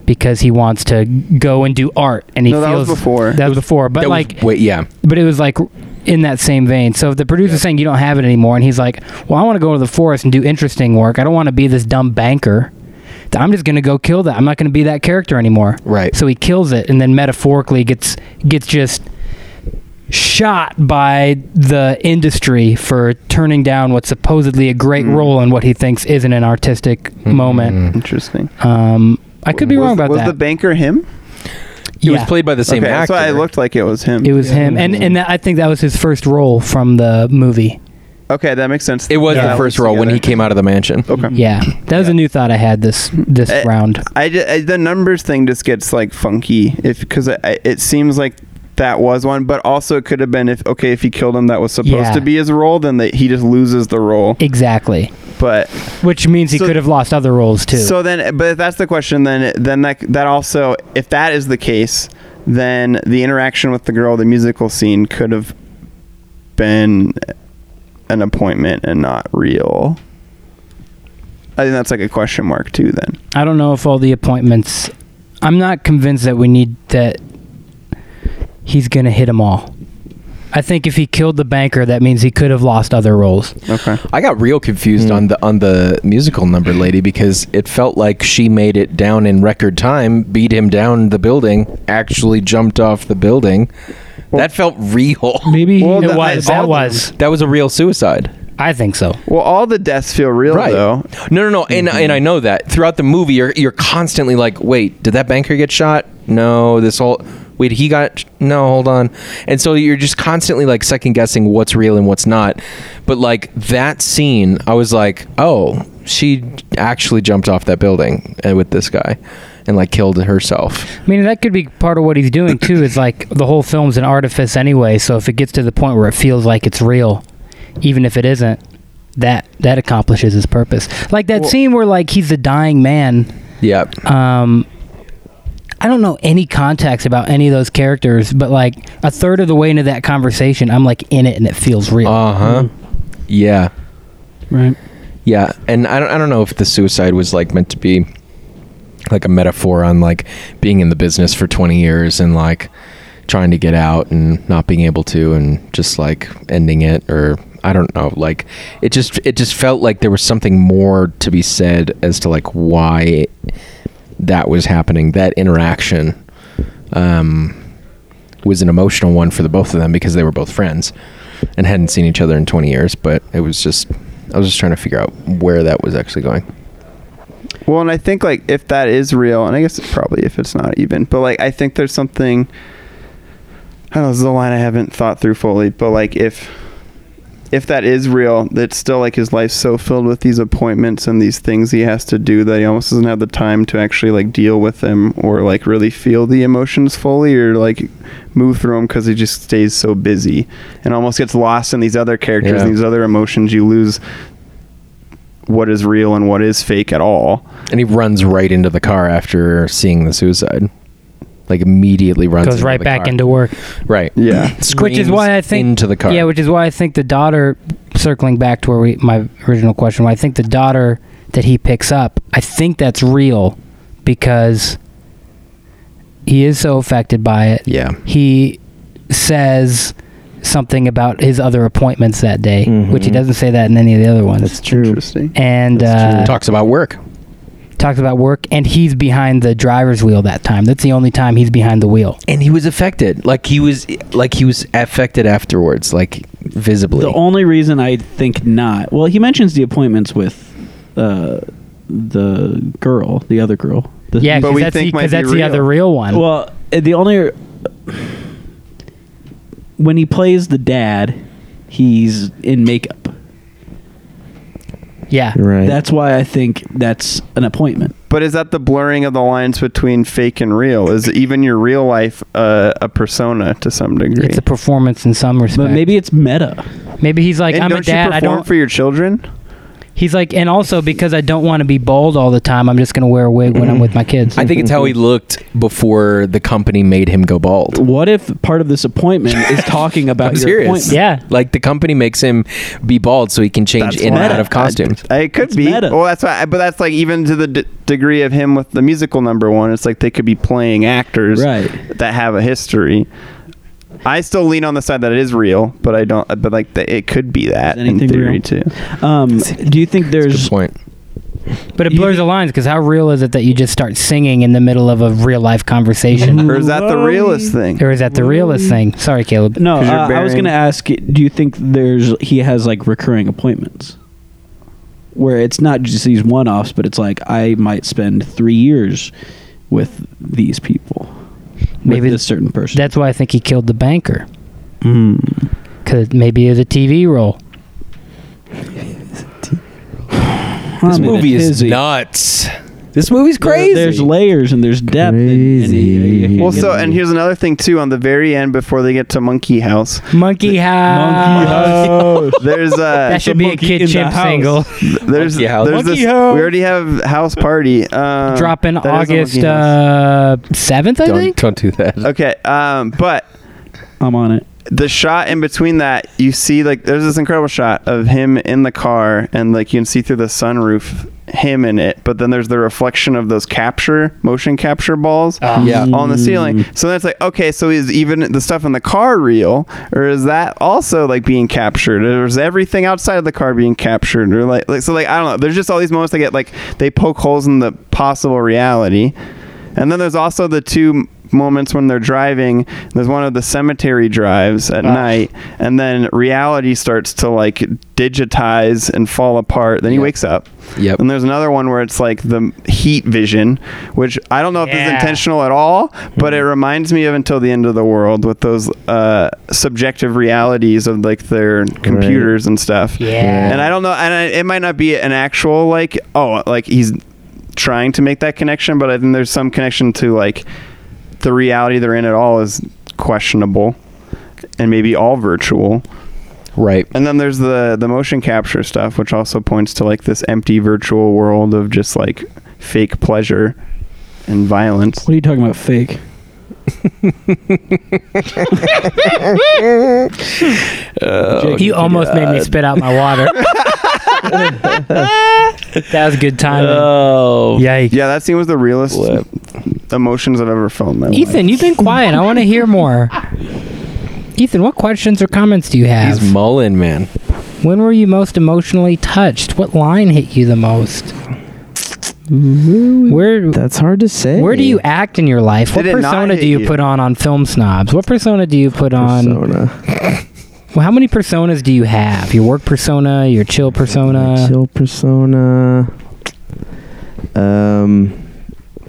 [SPEAKER 2] Because he wants to go and do art, and he
[SPEAKER 1] No, that was
[SPEAKER 2] feels
[SPEAKER 1] before.
[SPEAKER 2] That was before, but
[SPEAKER 4] That was-
[SPEAKER 2] like,
[SPEAKER 4] wait, yeah.
[SPEAKER 2] but it was like in that same vein. So if the producer's saying you don't have it anymore, and he's like, "Well, I want to go to the forest and do interesting work. I don't want to be this dumb banker. I'm just going to go kill that. I'm not going to be that character anymore."
[SPEAKER 4] Right.
[SPEAKER 2] So he kills it, and then metaphorically gets gets just shot by the industry for turning down what's supposedly a great
[SPEAKER 1] Mm.
[SPEAKER 2] role in what he thinks isn't an artistic moment.
[SPEAKER 4] Mm.
[SPEAKER 1] Interesting.
[SPEAKER 2] Um, I could be
[SPEAKER 1] Was-
[SPEAKER 2] wrong about
[SPEAKER 1] was
[SPEAKER 2] that.
[SPEAKER 1] the banker him?
[SPEAKER 4] He was
[SPEAKER 2] Yeah.
[SPEAKER 4] played by the same
[SPEAKER 1] okay,
[SPEAKER 4] actor.
[SPEAKER 1] So I looked like it was him.
[SPEAKER 2] it was him, and and that, I think that was his first role from the movie.
[SPEAKER 1] Okay, that makes sense.
[SPEAKER 4] It was
[SPEAKER 2] Yeah,
[SPEAKER 4] the
[SPEAKER 2] it
[SPEAKER 4] first role when he came out of the mansion.
[SPEAKER 1] Okay.
[SPEAKER 2] Yeah, that was a new thought I had this this
[SPEAKER 1] Eh,
[SPEAKER 2] round.
[SPEAKER 1] I, ju- I- the numbers thing just gets like funky if because it seems like that was one, but also it could have been if okay if he killed him that was supposed
[SPEAKER 2] Yeah.
[SPEAKER 1] to be his role, then that he just loses the role.
[SPEAKER 2] Exactly,
[SPEAKER 1] But
[SPEAKER 2] which means he
[SPEAKER 1] So-
[SPEAKER 2] could have lost other roles too.
[SPEAKER 1] so then, but if that's the question, then then that that also if that is the case, then the interaction with the girl, the musical scene could have been an appointment and not real. I think that's like a question mark too. Then
[SPEAKER 2] I don't know if all the appointments. I'm not convinced that we need that. He's gonna hit them all. I think if he killed the banker, that means he could have lost other roles.
[SPEAKER 1] okay.
[SPEAKER 4] I got real confused
[SPEAKER 5] Hmm.
[SPEAKER 4] on the on the musical number lady because it felt like she made it down in record time, beat him down the building, actually jumped off the building. that felt real.
[SPEAKER 3] Maybe he-
[SPEAKER 1] Well,
[SPEAKER 2] It
[SPEAKER 1] that-
[SPEAKER 2] was.
[SPEAKER 1] all
[SPEAKER 2] That
[SPEAKER 1] the-
[SPEAKER 2] was.
[SPEAKER 4] [laughs] That was a real suicide.
[SPEAKER 2] I think so.
[SPEAKER 1] Well, all the deaths feel real
[SPEAKER 4] right.
[SPEAKER 1] Oh, though.
[SPEAKER 4] No, no, no. And and I know that throughout the movie, you're you're constantly like, wait, did that banker get shot? No, this whole wait, he got no. Hold on. And so you're just constantly like second guessing what's real and what's not. But like that scene, I was like, oh, she actually jumped off that building uh, with this guy, and like killed herself.
[SPEAKER 2] I mean, that could be part of what he's doing too. Is like the whole film's an artifice anyway. So if it gets to the point where it feels like it's real, even if it isn't, that that accomplishes his purpose. Like that
[SPEAKER 1] Well-
[SPEAKER 2] scene where like he's a dying man.
[SPEAKER 4] Yeah.
[SPEAKER 2] Um, I don't know any context about any of those characters, but like a third of the way into that conversation, I'm like in it and it feels real.
[SPEAKER 4] Uh huh. Yeah.
[SPEAKER 3] right.
[SPEAKER 4] Yeah, and I don't, I don't know if the suicide was like meant to be like a metaphor on like being in the business for 20 years and like trying to get out and not being able to and just like ending it or I don't know, like it just it just felt like there was something more to be said as to like why that was happening. That interaction um was an emotional one for the both of them because they were both friends and hadn't seen each other in 20 years, but it was just I was just trying to figure out where that was actually going.
[SPEAKER 1] Well, and I think like if that is real, and I guess probably if it's not even, but like I think there's something. I don't know. This is a line I haven't thought through fully, but like if if that is real, that's still like his life's so filled with these appointments and these things he has to do that he almost doesn't have the time to actually like deal with them or like really feel the emotions fully or like move through them because he just stays so busy and almost gets lost in these other characters
[SPEAKER 4] Yeah.
[SPEAKER 1] and these other emotions. You lose what is real and what is fake at all.
[SPEAKER 4] And he runs right into the car after seeing the suicide. Like immediately runs
[SPEAKER 2] Goes
[SPEAKER 4] into
[SPEAKER 2] right
[SPEAKER 4] the
[SPEAKER 2] back
[SPEAKER 4] car.
[SPEAKER 2] into work,
[SPEAKER 4] right. [laughs]
[SPEAKER 1] Yeah.
[SPEAKER 4] Screams
[SPEAKER 2] which is why I think
[SPEAKER 4] into the car.
[SPEAKER 2] Yeah, which is why I think the daughter, circling back to where we my original question, why I think the daughter that he picks up, I think that's real because he is so affected by it.
[SPEAKER 4] yeah.
[SPEAKER 2] he says something about his other appointments that day, which he
[SPEAKER 5] Mhm.
[SPEAKER 2] doesn't say that in any of the other ones.
[SPEAKER 5] That's true.
[SPEAKER 1] Interesting.
[SPEAKER 2] and
[SPEAKER 5] that's true.
[SPEAKER 2] uh,
[SPEAKER 4] Talks about work.
[SPEAKER 2] talks about work, and he's behind the driver's wheel that time. That's the only time he's behind the wheel.
[SPEAKER 4] and he was affected. Like he was, like he was affected afterwards, like visibly.
[SPEAKER 3] The only reason I think not. Well, he mentions the appointments with uh, the girl, the other girl. The,
[SPEAKER 2] Yeah,
[SPEAKER 1] But
[SPEAKER 2] because
[SPEAKER 1] we
[SPEAKER 2] that's,
[SPEAKER 1] think
[SPEAKER 2] the,
[SPEAKER 1] might
[SPEAKER 2] 'cause
[SPEAKER 1] be
[SPEAKER 2] that's the
[SPEAKER 1] real.
[SPEAKER 2] other real one.
[SPEAKER 3] Well, uh, the only when he plays the dad, he's in makeup.
[SPEAKER 2] yeah.
[SPEAKER 5] Right.
[SPEAKER 3] That's why I think that's an appointment.
[SPEAKER 1] But is that the blurring of the lines between fake and real? Is even your real life uh, a persona to some degree?
[SPEAKER 2] It's a performance in some respect.
[SPEAKER 3] But maybe it's meta.
[SPEAKER 2] maybe he's like,
[SPEAKER 1] and
[SPEAKER 2] I'm
[SPEAKER 1] don't
[SPEAKER 2] a dad.
[SPEAKER 1] you
[SPEAKER 2] I
[SPEAKER 1] perform
[SPEAKER 2] don't.
[SPEAKER 1] for your children?
[SPEAKER 2] He's like, and also because I don't want to be bald all the time, I'm just gonna wear a wig when I'm with my kids.
[SPEAKER 4] I think it's how he looked before the company made him go bald.
[SPEAKER 3] What if part of this appointment is talking about
[SPEAKER 4] I'm
[SPEAKER 3] your
[SPEAKER 4] serious.
[SPEAKER 2] [laughs]
[SPEAKER 3] appointment?
[SPEAKER 2] yeah.
[SPEAKER 4] Like the company makes him be bald so he can change
[SPEAKER 1] That's
[SPEAKER 4] in and
[SPEAKER 3] meta.
[SPEAKER 4] out of costumes.
[SPEAKER 1] Uh, It could
[SPEAKER 3] It's
[SPEAKER 1] be.
[SPEAKER 3] meta.
[SPEAKER 1] Well, that's why. But that's like even to the d- degree of him with the musical number one. It's like they could be playing actors
[SPEAKER 3] Right.
[SPEAKER 1] that have a history. I still lean on the side that it is real, but I don't. But like the, it could be that
[SPEAKER 3] Is
[SPEAKER 1] in
[SPEAKER 3] anything
[SPEAKER 1] theory
[SPEAKER 3] real?
[SPEAKER 1] too.
[SPEAKER 3] Um, do you think
[SPEAKER 4] Good
[SPEAKER 3] there's
[SPEAKER 4] point.
[SPEAKER 2] But it
[SPEAKER 3] You
[SPEAKER 2] blurs
[SPEAKER 3] think-
[SPEAKER 2] the lines because how real is it that you just start singing in the middle of a real life
[SPEAKER 1] [laughs]
[SPEAKER 2] conversation?
[SPEAKER 1] Or is that the realest thing?
[SPEAKER 2] or is that the realest thing? Sorry, Caleb.
[SPEAKER 3] no?
[SPEAKER 1] 'Cause you're
[SPEAKER 3] uh, I was
[SPEAKER 1] burying-
[SPEAKER 3] going to ask. Do you think there's he has like recurring appointments where it's not just these one-offs, but it's like I might spend three years with these people,
[SPEAKER 2] Maybe
[SPEAKER 3] with this certain person.
[SPEAKER 2] That's why I think he killed the banker.
[SPEAKER 3] Mm.
[SPEAKER 2] Because maybe it was a TV role.
[SPEAKER 4] This
[SPEAKER 3] I'm in a
[SPEAKER 4] movie is
[SPEAKER 3] tizzy. [laughs]
[SPEAKER 4] nuts. This movie's
[SPEAKER 3] There-
[SPEAKER 4] crazy.
[SPEAKER 3] There's layers and there's depth. and- and
[SPEAKER 5] Crazy.
[SPEAKER 3] you- you can't
[SPEAKER 1] Well,
[SPEAKER 3] get
[SPEAKER 1] so
[SPEAKER 3] it.
[SPEAKER 1] and here's another thing too. On the very end, before they get to Monkey House,
[SPEAKER 2] Monkey House.
[SPEAKER 4] Oh.
[SPEAKER 1] there's uh,
[SPEAKER 2] [laughs] That should
[SPEAKER 3] the
[SPEAKER 2] be a
[SPEAKER 3] monkey
[SPEAKER 2] kid
[SPEAKER 3] in the
[SPEAKER 2] chimp
[SPEAKER 3] house.
[SPEAKER 2] single.
[SPEAKER 1] there's
[SPEAKER 4] Monkey House.
[SPEAKER 1] there's
[SPEAKER 4] Monkey
[SPEAKER 1] this.
[SPEAKER 4] House.
[SPEAKER 1] We already have house party. Um,
[SPEAKER 2] Drop in
[SPEAKER 1] that is a
[SPEAKER 2] August
[SPEAKER 1] Monkey House.
[SPEAKER 2] uh, 7th, I
[SPEAKER 4] don't,
[SPEAKER 2] think?
[SPEAKER 4] don't do that.
[SPEAKER 1] okay, um, but
[SPEAKER 3] [laughs] I'm on it.
[SPEAKER 1] the shot in between that you see like there's this incredible shot of him in the car and like you can see through the sunroof him in it but then there's the reflection of those capture motion capture
[SPEAKER 4] Oh,
[SPEAKER 1] balls
[SPEAKER 4] Yeah.
[SPEAKER 1] on the ceiling so then it's like okay so is even the stuff in the car real or is that also like being captured or is everything outside of the car being captured or like, like so like i don't know there's just all these moments that get like they poke holes in the possible reality and then there's also the two moments when they're driving. There's one of the cemetery drives at night, and then reality starts to like digitize and fall apart. Then he
[SPEAKER 4] Yep.
[SPEAKER 1] wakes up.
[SPEAKER 4] [laughs] Yep.
[SPEAKER 1] And there's another one where it's like the heat vision, which I don't know if this is
[SPEAKER 2] Yeah. Mm-hmm.
[SPEAKER 1] intentional at all, but it reminds me of Until the End of the World with those uh, subjective realities of like their computers and stuff.
[SPEAKER 2] Yeah.
[SPEAKER 1] And I don't know, and I, it might not be an actual like, oh, like he's trying to make that connection, but I think there's some connection to like the reality they're in at all is questionable, and maybe all virtual.
[SPEAKER 4] Right.
[SPEAKER 1] And then there's the the motion capture stuff, which also points to like this empty virtual world of just like fake pleasure and violence.
[SPEAKER 3] What are you talking about? Fake. Jake,
[SPEAKER 2] you almost made me spit out my water. that was good timing.
[SPEAKER 4] Oh.
[SPEAKER 2] Yikes.
[SPEAKER 1] Yeah, that scene was the realest emotions I've ever felt in my life.
[SPEAKER 2] Ethan, you've been quiet. I want to hear more. Ethan, what questions or comments do you have?
[SPEAKER 4] He's mulling, man.
[SPEAKER 2] when were you most emotionally touched? What line hit you the most? Where
[SPEAKER 5] That's hard to say.
[SPEAKER 2] where do you act in your life? What
[SPEAKER 1] Did it not
[SPEAKER 2] persona do
[SPEAKER 1] hit
[SPEAKER 2] you,
[SPEAKER 1] you?
[SPEAKER 2] put on on Film Snobs? What persona do you put on?
[SPEAKER 5] persona?
[SPEAKER 2] Well, how many personas do you have? Your work persona, your chill persona.
[SPEAKER 5] Chill persona. Um,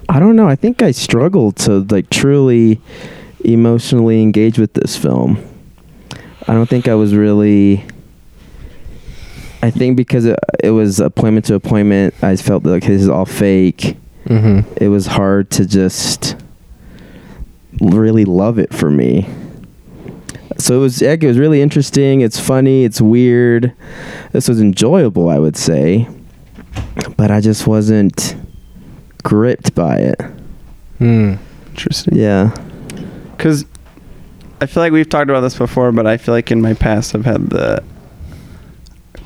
[SPEAKER 5] I don't know. I think I struggled to like truly emotionally engage with this film. I don't think I was really. I think because it, it was appointment to appointment, I felt like this is all fake.
[SPEAKER 4] Mm-hmm.
[SPEAKER 5] it was hard to just really love it for me. So it was heck, it was really interesting. It's funny. It's weird. This was enjoyable, I would say, but I just wasn't gripped by it.
[SPEAKER 4] Hmm.
[SPEAKER 1] Interesting.
[SPEAKER 5] Yeah,
[SPEAKER 1] Because I feel like we've talked about this before, but I feel like in my past I've had the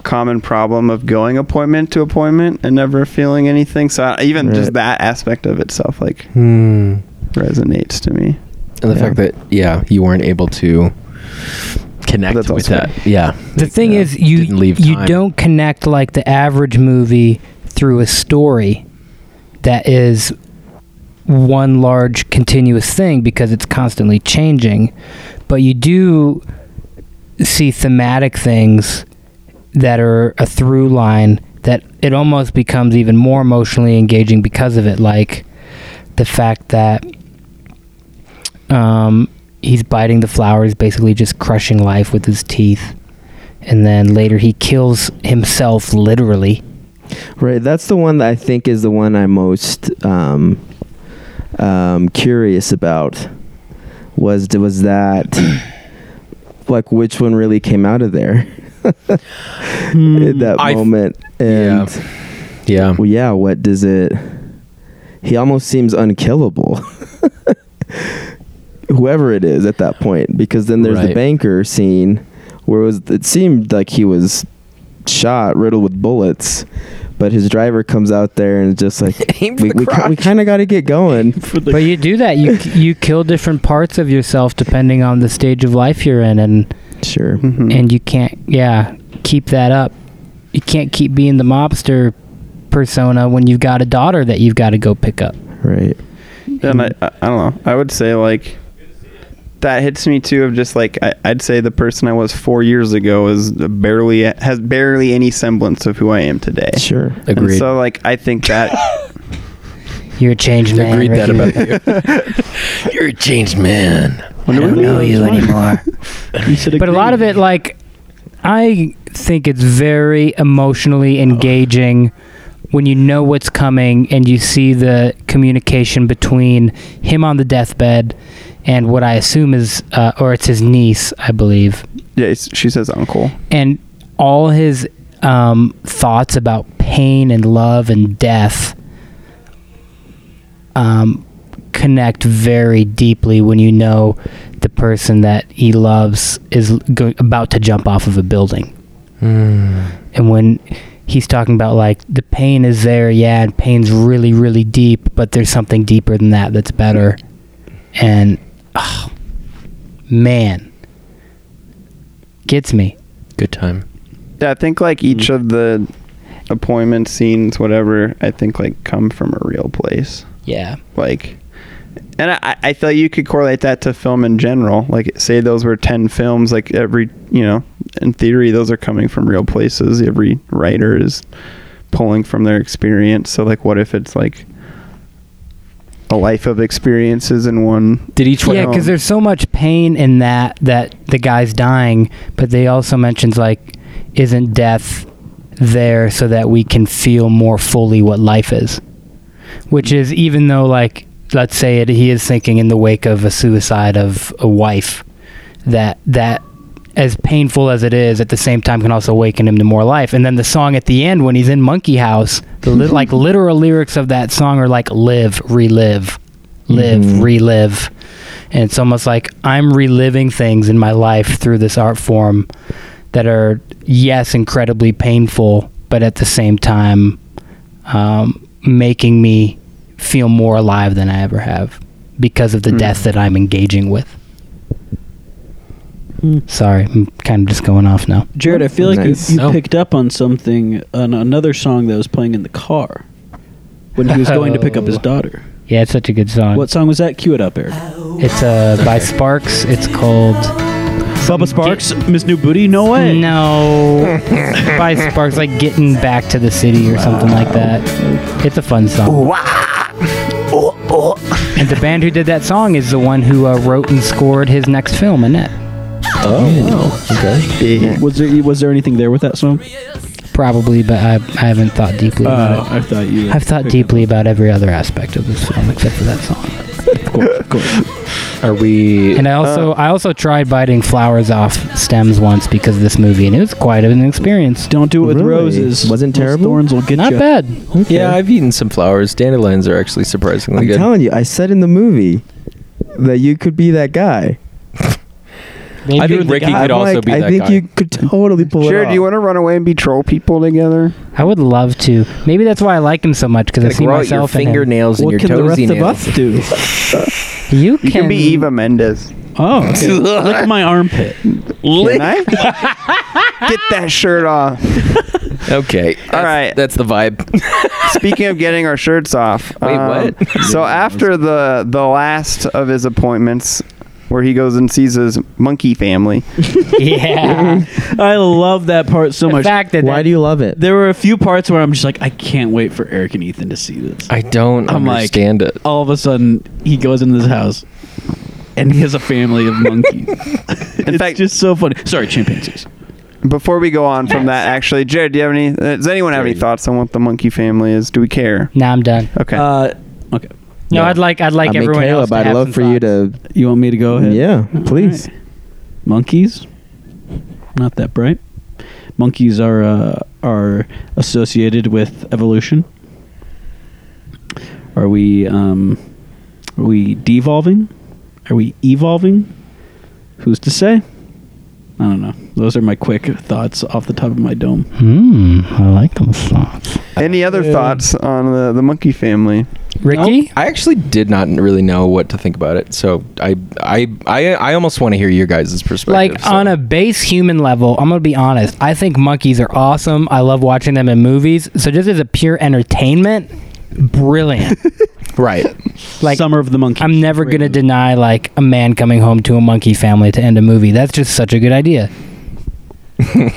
[SPEAKER 1] common problem of going appointment to appointment and never feeling anything. So I, even just
[SPEAKER 5] Right.
[SPEAKER 1] that aspect of itself like
[SPEAKER 4] Hmm.
[SPEAKER 1] resonates to me.
[SPEAKER 4] And the
[SPEAKER 5] Yeah.
[SPEAKER 4] fact that yeah, you weren't able to connect
[SPEAKER 1] That's
[SPEAKER 4] with
[SPEAKER 1] also-
[SPEAKER 4] that. Yeah.
[SPEAKER 2] The thing
[SPEAKER 4] Yeah.
[SPEAKER 2] is, you
[SPEAKER 4] uh, Didn't leave
[SPEAKER 2] you
[SPEAKER 4] time.
[SPEAKER 2] don't connect like the average movie through a story. that is one large continuous thing because it's constantly changing. But you do see thematic things that are a through line that it almost becomes even more emotionally engaging because of it. Like the fact that um, he's biting the flowers, basically just crushing life with his teeth. And then later he kills himself literally.
[SPEAKER 5] Right, that's the one that I think is the one I'm most um, um, curious about. Was
[SPEAKER 4] [clears throat]
[SPEAKER 5] was that like which one really came out of there [laughs]
[SPEAKER 4] Hmm.
[SPEAKER 5] at
[SPEAKER 4] Mm.
[SPEAKER 5] that
[SPEAKER 4] I-
[SPEAKER 5] moment?
[SPEAKER 4] Yeah.
[SPEAKER 5] And
[SPEAKER 4] Yeah.
[SPEAKER 5] well, yeah, what does it? He almost seems unkillable. [laughs] Whoever it is at that point, because then there's the
[SPEAKER 4] Right.
[SPEAKER 5] banker scene, where it, was, it seemed like he was shot, riddled with bullets, but his driver comes out there and is just like,
[SPEAKER 4] [laughs] Aim for
[SPEAKER 5] we,
[SPEAKER 4] the
[SPEAKER 5] we, ki- we
[SPEAKER 4] crotch."
[SPEAKER 5] kind of got to get going.
[SPEAKER 3] For the
[SPEAKER 2] But you do that.
[SPEAKER 4] [laughs]
[SPEAKER 2] You you kill different parts of yourself depending on the stage of life you're in, and
[SPEAKER 5] Sure.
[SPEAKER 1] Mhm.
[SPEAKER 2] and you can't yeah keep that up. You can't keep being the mobster persona when you've got a daughter that you've got to go pick up.
[SPEAKER 5] Right.
[SPEAKER 1] And I, I, I don't know. I would say like that hits me too. Of just like I, I'd say the person I was four years ago is barely has barely any semblance of who I am today.
[SPEAKER 5] Sure.
[SPEAKER 1] And
[SPEAKER 4] Agreed.
[SPEAKER 1] so like I think that [laughs]
[SPEAKER 2] You're a changed man.
[SPEAKER 4] Agreed that
[SPEAKER 2] Ricky.
[SPEAKER 4] about you. You're a changed man.
[SPEAKER 2] I don't know you anymore.
[SPEAKER 4] [laughs]
[SPEAKER 3] you said
[SPEAKER 2] but a lot of it like i think it's very emotionally engaging when you know what's coming and you see the communication between him on the deathbed and what i assume is uh, or it's his niece i believe
[SPEAKER 1] yeah, it's, she says uncle.
[SPEAKER 2] and all his um, thoughts about pain and love and death um, connect very deeply when you know the person that he loves is go- about to jump off of a building.
[SPEAKER 4] Hmm.
[SPEAKER 2] And when he's talking about like the pain is there, yeah, and pain's really, really deep, but there's something deeper than that that's better. And oh, man, gets me.
[SPEAKER 4] Good time.
[SPEAKER 1] Yeah, I think like each of the appointment scenes, whatever, I think like come from a real place.
[SPEAKER 2] Yeah.
[SPEAKER 1] Like, and I, I thought you could correlate that to film in general. Like, say those were 10 films, like every, you know, in theory, those are coming from real places. Every writer is pulling from their experience. So, like, what if it's like a life of experiences in one?
[SPEAKER 4] Did each one?
[SPEAKER 2] Yeah,
[SPEAKER 1] Well-
[SPEAKER 2] because there's so much pain in that that the guy's dying, but they also mentions like, isn't death there so that we can feel more fully what life is? Which is even though like let's say it, he is thinking in the wake of a suicide of a wife, that that as painful as it is, at the same time can also awaken him to more life. And then the song at the end when he's in Monkey House, the li- like literal lyrics of that song are like live, relive, live,
[SPEAKER 5] Mhm.
[SPEAKER 2] relive. And it's almost like I'm reliving things in my life through this art form that are yes, incredibly painful, but at the same time um, making me feel more alive than I ever have because of the
[SPEAKER 1] Mm.
[SPEAKER 2] death that I'm engaging with.
[SPEAKER 3] Mm.
[SPEAKER 2] Sorry, I'm kind of just going off now.
[SPEAKER 3] Jared, I feel like
[SPEAKER 5] Nice.
[SPEAKER 3] you, you
[SPEAKER 4] Oh.
[SPEAKER 3] picked up on something on another song that was playing in the car when he was going to pick [laughs] up his
[SPEAKER 2] Oh.
[SPEAKER 3] daughter.
[SPEAKER 2] Yeah, it's such a good song.
[SPEAKER 3] What song was that? Cue it up, Eric.
[SPEAKER 2] It's uh, by Sparks. It's called
[SPEAKER 3] Bubba Sparks, Miss New Booty. No way.
[SPEAKER 2] No by Sparks, like getting back to the city or something like that. It's a fun song. And the band who did that song is the one who uh, wrote and scored his next film, Annette.
[SPEAKER 3] Oh, Was there e, was there anything there with that song?
[SPEAKER 2] Probably, but I, I haven't thought deeply about
[SPEAKER 3] Uh, I thought you.
[SPEAKER 2] it. I've thought deeply about every other aspect of this film except for that song.
[SPEAKER 4] Are we?
[SPEAKER 2] And I also I also tried biting flowers off stems once because of this movie, and it was quite an experience.
[SPEAKER 3] Don't do it with
[SPEAKER 5] Really?
[SPEAKER 3] roses.
[SPEAKER 5] Wasn't
[SPEAKER 3] Those
[SPEAKER 5] terrible?
[SPEAKER 3] Thorns will get
[SPEAKER 2] Not
[SPEAKER 3] you.
[SPEAKER 2] bad.
[SPEAKER 4] Yeah, I've eaten some flowers. Dandelions are actually surprisingly
[SPEAKER 5] I'm
[SPEAKER 4] good.
[SPEAKER 5] telling you, I said in the movie that you could be that guy.
[SPEAKER 4] I think Ricky
[SPEAKER 5] I'm
[SPEAKER 4] could also
[SPEAKER 5] like,
[SPEAKER 4] be
[SPEAKER 5] I
[SPEAKER 4] that
[SPEAKER 5] think
[SPEAKER 4] guy.
[SPEAKER 5] you could totally pull it
[SPEAKER 1] Jared,
[SPEAKER 5] off.
[SPEAKER 1] do you want to run away and be troll people together?
[SPEAKER 2] I would love to. Maybe that's why I like him so much because I
[SPEAKER 4] Gotta
[SPEAKER 2] see
[SPEAKER 4] grow out your
[SPEAKER 2] myself in him.
[SPEAKER 4] fingernails and
[SPEAKER 3] What
[SPEAKER 4] your
[SPEAKER 3] can the
[SPEAKER 4] toesy
[SPEAKER 3] rest of
[SPEAKER 4] nails.
[SPEAKER 3] us do?
[SPEAKER 2] You
[SPEAKER 1] You can,
[SPEAKER 2] can
[SPEAKER 1] be Eva Mendes.
[SPEAKER 3] Oh, okay.
[SPEAKER 4] [laughs]
[SPEAKER 3] look at my armpit.
[SPEAKER 1] Can I? Get that shirt off.
[SPEAKER 4] Okay. All
[SPEAKER 1] right.
[SPEAKER 4] That's the vibe.
[SPEAKER 1] Speaking of getting our shirts off, um,
[SPEAKER 4] Wait, what?
[SPEAKER 1] so after the the last of his appointments, where he goes and sees his monkey family,
[SPEAKER 2] [laughs] yeah.
[SPEAKER 3] I love that part so
[SPEAKER 2] the
[SPEAKER 3] much.
[SPEAKER 2] fact that
[SPEAKER 5] Why do you love it?
[SPEAKER 3] there were a few parts where I'm just like, I can't wait for Eric and Ethan to see this.
[SPEAKER 4] I don't
[SPEAKER 3] I'm like-
[SPEAKER 4] understand [laughs] it.
[SPEAKER 3] All of a sudden, he goes into this house, and he has a family of
[SPEAKER 1] In
[SPEAKER 3] monkeys. [laughs] it's
[SPEAKER 1] fact-
[SPEAKER 3] just so funny. Sorry, chimpanzees.
[SPEAKER 1] before we go on from that, actually, Jared, do you have any? uh, Does anyone have any thoughts on what the monkey family is? Do we care?
[SPEAKER 2] now I'm done.
[SPEAKER 1] Okay.
[SPEAKER 3] Uh, okay.
[SPEAKER 2] No,
[SPEAKER 5] Yeah.
[SPEAKER 2] I'd like I'd like
[SPEAKER 5] I mean,
[SPEAKER 2] everyone else.
[SPEAKER 5] Caleb,
[SPEAKER 2] To
[SPEAKER 5] I'd
[SPEAKER 2] have
[SPEAKER 5] love
[SPEAKER 2] some
[SPEAKER 5] for you to.
[SPEAKER 3] You want me to go ahead?
[SPEAKER 5] Yeah, please.
[SPEAKER 3] right. Monkeys? Not that bright. Monkeys are uh, are associated with evolution. Are we um, are we devolving? Are we evolving? Who's to say? I don't know. Those are my quick thoughts off the top of my dome.
[SPEAKER 2] thoughts. Hmm. I like those thoughts.
[SPEAKER 1] any other
[SPEAKER 5] uh,
[SPEAKER 1] thoughts on the the monkey family?
[SPEAKER 2] Ricky.
[SPEAKER 4] I actually did not really know what to think about it, so I I I, I almost want to hear your guys' perspective.
[SPEAKER 2] Like
[SPEAKER 4] so.
[SPEAKER 2] on a base human level, I'm gonna be honest. I think monkeys are awesome. I love watching them in movies. So just as a pure entertainment, brilliant.
[SPEAKER 4] right,
[SPEAKER 2] Like
[SPEAKER 3] Summer of the Monkey.
[SPEAKER 2] I'm never gonna deny like a man coming home to a monkey family to end a movie. That's just such a good idea.
[SPEAKER 3] [laughs]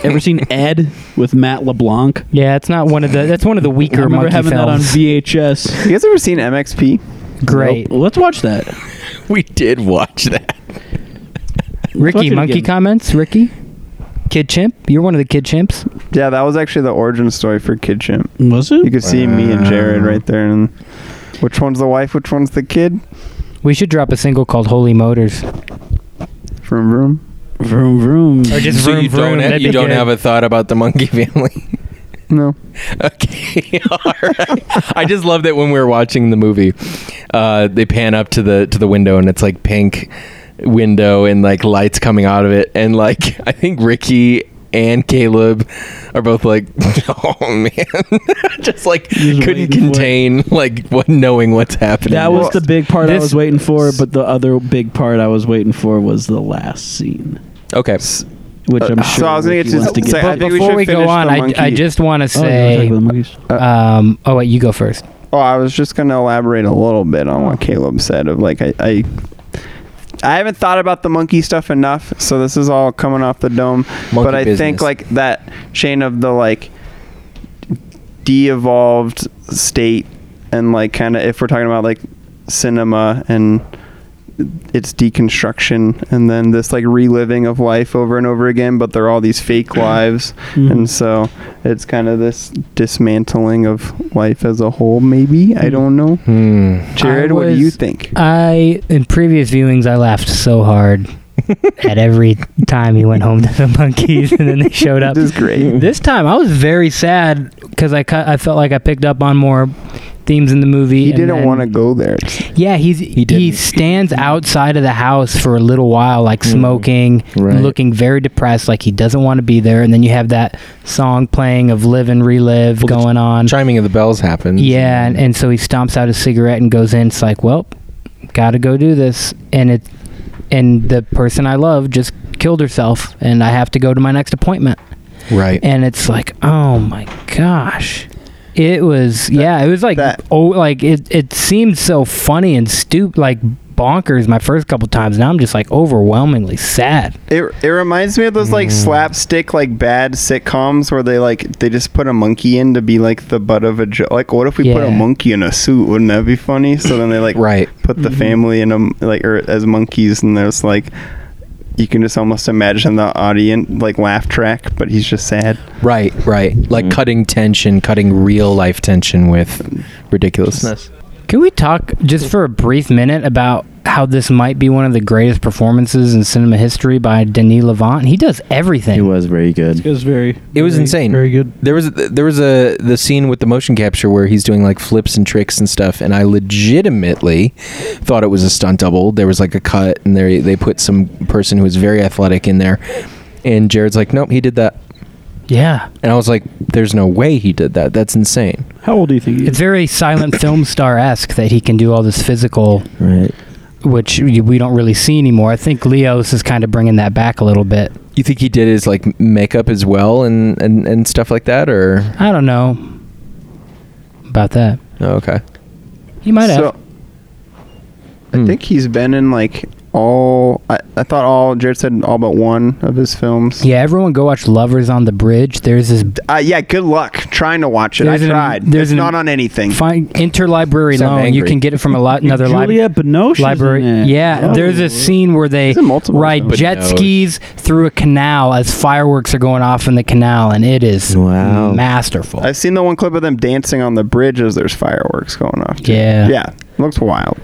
[SPEAKER 3] Ever seen Ed with Matt LeBlanc?
[SPEAKER 2] Yeah, it's not one of the. That's one [laughs] of the
[SPEAKER 3] I
[SPEAKER 2] weaker
[SPEAKER 3] remember
[SPEAKER 2] monkey
[SPEAKER 3] having that on
[SPEAKER 2] films.
[SPEAKER 3] VHS.
[SPEAKER 1] You guys ever seen MXP?
[SPEAKER 2] [laughs] Great,
[SPEAKER 3] Nope. Let's watch that.
[SPEAKER 4] we did [laughs] watch that.
[SPEAKER 3] watch
[SPEAKER 2] Ricky.
[SPEAKER 3] it
[SPEAKER 2] Monkey
[SPEAKER 3] again.
[SPEAKER 2] comments, Ricky. Kid chimp, you're one of the kid chimps.
[SPEAKER 1] Yeah, that was actually the origin story for Kid Chimp.
[SPEAKER 3] Was it?
[SPEAKER 1] You could see me and Jared right there, and which one's the wife, which one's the kid?
[SPEAKER 2] We should drop a single called "Holy Motors"
[SPEAKER 1] Vroom vroom.
[SPEAKER 3] Vroom vroom.
[SPEAKER 2] or just
[SPEAKER 4] so
[SPEAKER 2] vroom
[SPEAKER 4] you
[SPEAKER 2] vroom.
[SPEAKER 4] don't have,
[SPEAKER 2] That'd
[SPEAKER 4] you
[SPEAKER 2] be
[SPEAKER 4] don't
[SPEAKER 2] good.
[SPEAKER 4] have a thought about the monkey [laughs] family.
[SPEAKER 1] No.
[SPEAKER 4] Okay, [laughs] all right. I just love that when we were watching the movie, uh, they pan up to the to the window and it's like pink window and like lights coming out of it, and like [laughs] I think Ricky and Caleb are both like, [laughs] oh man, [laughs] just like
[SPEAKER 3] Just
[SPEAKER 4] couldn't
[SPEAKER 3] waiting for it.
[SPEAKER 4] contain like what knowing what's happening.
[SPEAKER 3] That was the big part I
[SPEAKER 2] This-
[SPEAKER 3] was waiting for, but the other big part I was waiting for was the last scene,
[SPEAKER 4] okay.
[SPEAKER 3] which I'm
[SPEAKER 1] Uh,
[SPEAKER 3] sure
[SPEAKER 1] so I was gonna
[SPEAKER 3] Ricky
[SPEAKER 1] get to-
[SPEAKER 3] wants to get.
[SPEAKER 1] say- I
[SPEAKER 2] But
[SPEAKER 1] think we
[SPEAKER 2] before
[SPEAKER 1] should
[SPEAKER 2] we, go
[SPEAKER 1] finish
[SPEAKER 2] on,
[SPEAKER 1] the
[SPEAKER 2] I, I
[SPEAKER 1] monkey.
[SPEAKER 2] just want to
[SPEAKER 3] Oh, you wanna talk
[SPEAKER 2] say.
[SPEAKER 3] about the monkeys?
[SPEAKER 2] um, oh wait, you go first.
[SPEAKER 1] Oh, I was just gonna elaborate a little bit on what Caleb said of like I, I I haven't thought about the monkey stuff enough, so this is all coming off the dome.
[SPEAKER 4] Monkey
[SPEAKER 1] but I think
[SPEAKER 4] business.
[SPEAKER 1] like that chain of the like de-evolved state and like kind of if we're talking about like cinema and its deconstruction and then this like reliving of life over and over again but they're all these fake lives and so it's kind of this dismantling of life as a whole maybe i don't know
[SPEAKER 4] Hmm.
[SPEAKER 1] jared
[SPEAKER 2] I
[SPEAKER 1] what do you
[SPEAKER 2] was-
[SPEAKER 1] think
[SPEAKER 2] I in previous viewings I laughed so hard at every time he went home to the monkeys and then they showed up.
[SPEAKER 1] this is
[SPEAKER 2] [laughs]
[SPEAKER 1] great
[SPEAKER 2] This time I was very sad because I cut, I felt like I picked up on more themes in the movie.
[SPEAKER 1] he
[SPEAKER 2] and
[SPEAKER 1] didn't
[SPEAKER 2] then-
[SPEAKER 1] want to go there It's-
[SPEAKER 2] Yeah, he's he,
[SPEAKER 4] didn't.
[SPEAKER 2] stands outside of the house for a little while, like
[SPEAKER 1] Mm.
[SPEAKER 2] smoking,
[SPEAKER 5] Right.
[SPEAKER 2] looking very depressed, like he doesn't want to be there. And then you have that song playing of "Live and Relive"
[SPEAKER 4] Well, the
[SPEAKER 2] going on.
[SPEAKER 4] Chiming of the bells
[SPEAKER 1] Mm-hmm.
[SPEAKER 4] happens.
[SPEAKER 2] Yeah, and, and so he stomps out a cigarette and goes in. It's like, well, gotta go do this, and it, and the person I love just killed herself, and I have to go to my next appointment.
[SPEAKER 4] right.
[SPEAKER 2] And it's like, oh my gosh, it was yeah, it was like
[SPEAKER 1] that-
[SPEAKER 2] oh, like it it seemed so funny and stupid, like bonkers my first couple times. Now I'm just like overwhelmingly sad.
[SPEAKER 1] It, it reminds me of those
[SPEAKER 2] Hmm.
[SPEAKER 1] like slapstick like bad sitcoms where they like they just put a monkey in to be like the butt of a joke. Like what if we put a
[SPEAKER 2] Yeah.
[SPEAKER 1] monkey in a suit? Wouldn't that be funny? So then they like
[SPEAKER 4] Right.
[SPEAKER 1] put the
[SPEAKER 2] Mm-hmm.
[SPEAKER 1] family in a m- like or as monkeys and there's like you can just almost imagine the audience like laugh track, but he's just sad.
[SPEAKER 4] Right, right.
[SPEAKER 1] Mm-hmm.
[SPEAKER 4] Like cutting tension, cutting real life tension with ridiculousness.
[SPEAKER 2] Can we talk just for a brief minute about how this might be one of the greatest performances in cinema history by Denis Levant? He does everything.
[SPEAKER 5] He was very good.
[SPEAKER 3] It was very.
[SPEAKER 4] It was
[SPEAKER 3] very-
[SPEAKER 4] insane.
[SPEAKER 3] Very good.
[SPEAKER 4] There was there was a the scene with the motion capture where he's doing like flips and tricks and stuff, and I legitimately thought it was a stunt double. There was like a cut, and they they put some person who was very athletic in there, and Jared's like, "Nope, he did that,"
[SPEAKER 2] Yeah,
[SPEAKER 4] and I was like, "There's no way he did that. That's insane."
[SPEAKER 3] How old do you think? he is?
[SPEAKER 2] it's very silent film star esque that he can do all this physical.
[SPEAKER 5] Right.
[SPEAKER 2] which y- we don't really see anymore. I think Leo's is kind of bringing that back a little bit.
[SPEAKER 4] You think he did his like makeup as well and and, and stuff like that, or
[SPEAKER 2] I don't know about that.
[SPEAKER 4] oh, okay?
[SPEAKER 2] He might have.
[SPEAKER 1] So, I
[SPEAKER 4] Hmm.
[SPEAKER 1] think he's been in like all. I, I thought all Jared said all but one of his films.
[SPEAKER 2] Yeah, everyone go watch Lovers on the Bridge. There's this
[SPEAKER 1] Uh, yeah. Good luck trying to watch it.
[SPEAKER 2] There's
[SPEAKER 1] I
[SPEAKER 2] an-
[SPEAKER 1] tried.
[SPEAKER 2] there's
[SPEAKER 1] it's
[SPEAKER 2] an-
[SPEAKER 1] not on anything.
[SPEAKER 2] fine interlibrary
[SPEAKER 4] Sound
[SPEAKER 2] loan. You
[SPEAKER 4] angry.
[SPEAKER 2] can get it from a lot uh, another library.
[SPEAKER 3] Julia Binoche. is in
[SPEAKER 2] library.
[SPEAKER 3] it.
[SPEAKER 2] Yeah,
[SPEAKER 3] Oh.
[SPEAKER 2] there's a scene where they
[SPEAKER 1] It's in multiple
[SPEAKER 2] ride
[SPEAKER 1] films.
[SPEAKER 2] jet
[SPEAKER 4] But no.
[SPEAKER 2] skis through a canal as fireworks are going off in the canal, and it is
[SPEAKER 5] Wow.
[SPEAKER 2] masterful.
[SPEAKER 1] I've seen the one clip of them dancing on the bridge as there's fireworks going off. too.
[SPEAKER 2] Yeah.
[SPEAKER 1] Yeah. Looks wild.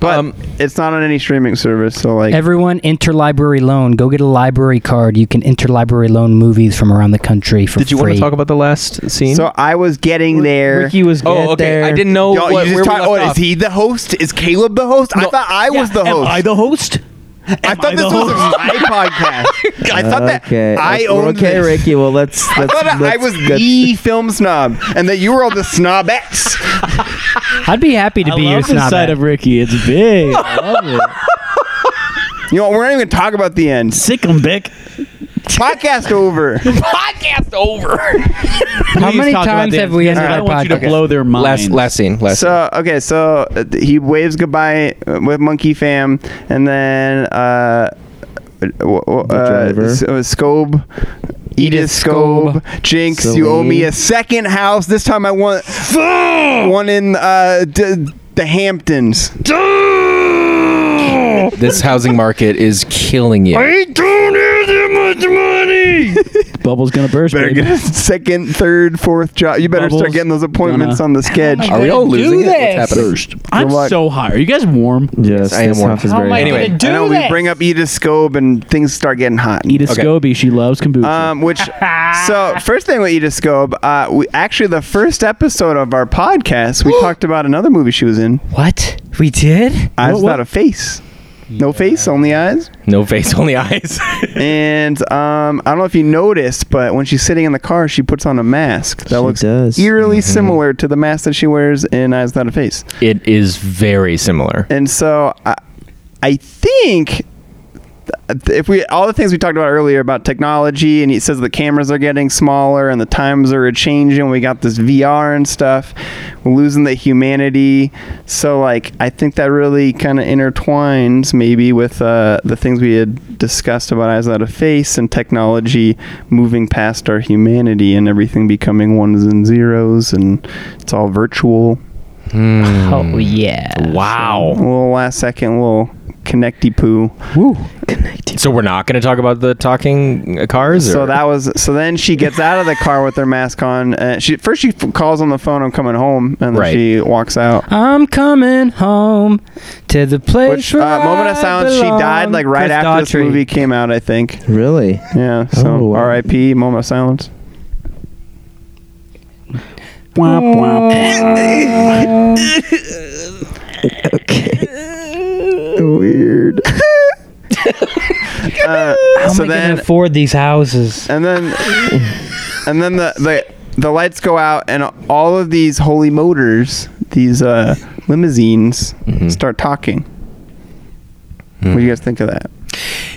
[SPEAKER 1] But
[SPEAKER 4] Um,
[SPEAKER 1] it's not on any streaming service, so like
[SPEAKER 2] Everyone, interlibrary loan. Go get a library card. You can interlibrary loan movies from around the country for
[SPEAKER 4] Did you
[SPEAKER 2] free.
[SPEAKER 4] want to talk about the last scene?
[SPEAKER 1] So I was getting there.
[SPEAKER 3] Ricky was.
[SPEAKER 4] oh, okay. I didn't know.
[SPEAKER 1] Y'all-
[SPEAKER 4] what,
[SPEAKER 1] you
[SPEAKER 4] where
[SPEAKER 1] just
[SPEAKER 4] we
[SPEAKER 1] talk-
[SPEAKER 4] left
[SPEAKER 1] oh,
[SPEAKER 4] off.
[SPEAKER 1] is he the host? Is Caleb the host? I thought I was the host.
[SPEAKER 3] the host?
[SPEAKER 1] I thought
[SPEAKER 3] I
[SPEAKER 1] this
[SPEAKER 3] the
[SPEAKER 1] was my podcast. I thought that I
[SPEAKER 5] Okay. that's-
[SPEAKER 1] owned
[SPEAKER 5] Okay,
[SPEAKER 1] this.
[SPEAKER 5] Ricky. Well, let's.
[SPEAKER 1] [laughs] I
[SPEAKER 5] let's,
[SPEAKER 1] thought I
[SPEAKER 5] let's-
[SPEAKER 1] was [laughs]
[SPEAKER 5] let's-
[SPEAKER 1] the film snob, and that you were all the snobettes.
[SPEAKER 2] I'd be happy to
[SPEAKER 3] I
[SPEAKER 2] be your
[SPEAKER 3] love the
[SPEAKER 2] snob.
[SPEAKER 3] side of Ricky. It's
[SPEAKER 1] [laughs]
[SPEAKER 3] big. I love it.
[SPEAKER 1] You know, we're not even gonna talk about the end.
[SPEAKER 3] Sick 'em, Bick.
[SPEAKER 1] Podcast over.
[SPEAKER 4] podcast over.
[SPEAKER 2] How
[SPEAKER 4] Please
[SPEAKER 2] many
[SPEAKER 4] talk about
[SPEAKER 2] times
[SPEAKER 4] the-
[SPEAKER 2] have we ended
[SPEAKER 1] All
[SPEAKER 2] our
[SPEAKER 1] right, I want you
[SPEAKER 2] podcast?
[SPEAKER 1] to
[SPEAKER 3] blow their mind.
[SPEAKER 4] Last last scene. Last.
[SPEAKER 1] So okay, so uh, th- he waves goodbye uh, with Monkey Fam, and then uh, w- w- uh,
[SPEAKER 5] driver.
[SPEAKER 1] S- uh, Scobe. Edith
[SPEAKER 2] Scobe.
[SPEAKER 1] Scobe, Jinx, you owe me
[SPEAKER 5] Celine.
[SPEAKER 1] a second house. This time I want one in uh, d- the Hamptons.
[SPEAKER 4] scene. This housing market is killing you.
[SPEAKER 1] I don't have that much money.
[SPEAKER 3] Bubble's gonna burst.
[SPEAKER 1] better
[SPEAKER 3] baby.
[SPEAKER 1] get a second, third, fourth job. You better start
[SPEAKER 3] Bubbles
[SPEAKER 1] getting those appointments
[SPEAKER 3] gonna-
[SPEAKER 1] on the sketch.
[SPEAKER 4] Are we all
[SPEAKER 2] Do
[SPEAKER 4] losing it?
[SPEAKER 2] this.
[SPEAKER 4] What's happening?
[SPEAKER 3] I'm
[SPEAKER 1] Good luck.
[SPEAKER 3] so hot. Are you guys warm?
[SPEAKER 5] Yes,
[SPEAKER 4] I am
[SPEAKER 5] this
[SPEAKER 4] warm.
[SPEAKER 5] half is
[SPEAKER 4] How
[SPEAKER 5] very
[SPEAKER 4] am I
[SPEAKER 5] hot.
[SPEAKER 4] Anyway,
[SPEAKER 1] I know we bring up Edith Scobe and things start getting hot.
[SPEAKER 3] Edith
[SPEAKER 4] Okay.
[SPEAKER 3] Scobie. She loves kombucha.
[SPEAKER 1] Um, which so first thing with Edith Scobe, uh, we actually the first episode of our podcast, we talked about another movie she was in.
[SPEAKER 2] What we did?
[SPEAKER 1] Eyes
[SPEAKER 3] What- what?
[SPEAKER 1] without a face, no face, only eyes.
[SPEAKER 4] No face, [laughs] only eyes.
[SPEAKER 1] And um, I don't know if you noticed, but when she's sitting in the car, she puts on a mask that
[SPEAKER 5] She
[SPEAKER 1] looks
[SPEAKER 5] does.
[SPEAKER 1] eerily similar to the mask that she wears in Eyes Without a Face.
[SPEAKER 4] it is very similar.
[SPEAKER 1] And so I, I think th- if we all the things we talked about earlier about technology and he says the cameras are getting smaller and the times are changing we got this VR and stuff we're losing the humanity so like I think that really kind of intertwines maybe with uh, the things we had discussed about eyes out of face and technology moving past our humanity and everything becoming ones and zeros and it's all virtual Mm.
[SPEAKER 4] Hmm.
[SPEAKER 2] Oh yeah.
[SPEAKER 1] a
[SPEAKER 4] Wow.
[SPEAKER 1] little last second little connecty poo
[SPEAKER 4] So we're not going to talk about the talking uh, cars.
[SPEAKER 1] So
[SPEAKER 4] or-
[SPEAKER 1] that was so. Then she gets out of the car with her mask on. Uh, she first she f- calls on the phone. I'm coming home, and then
[SPEAKER 4] Right.
[SPEAKER 1] she walks out.
[SPEAKER 2] I'm coming home to the place
[SPEAKER 1] Which
[SPEAKER 2] where
[SPEAKER 1] uh, moment of
[SPEAKER 2] I
[SPEAKER 1] silence. She died
[SPEAKER 2] belong.
[SPEAKER 1] like right
[SPEAKER 2] Chris
[SPEAKER 1] after this
[SPEAKER 2] Daughtry.
[SPEAKER 1] movie came out. I think.
[SPEAKER 4] [laughs]
[SPEAKER 5] Really?
[SPEAKER 1] Yeah. So
[SPEAKER 5] Oh, wow.
[SPEAKER 1] R.I.P. Moment of silence.
[SPEAKER 3] Womp, womp.
[SPEAKER 1] Weird. uh,
[SPEAKER 2] How
[SPEAKER 1] so
[SPEAKER 2] am I
[SPEAKER 1] then
[SPEAKER 2] gonna afford these houses?
[SPEAKER 1] and then and then the, the the lights go out and all of these holy motors these uh limousines start talking what do you guys think of that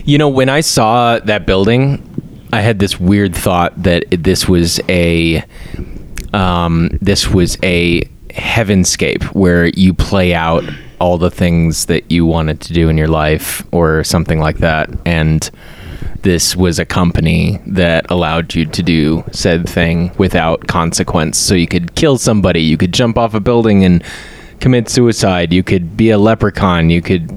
[SPEAKER 4] You know, when I saw that building, I had this weird thought that it- this was a um, this was a heavenscape where you play out all the things that you wanted to do in your life or something like that and this was a company that allowed you to do said thing without consequence so you could kill somebody you could jump off a building and commit suicide you could be a leprechaun you could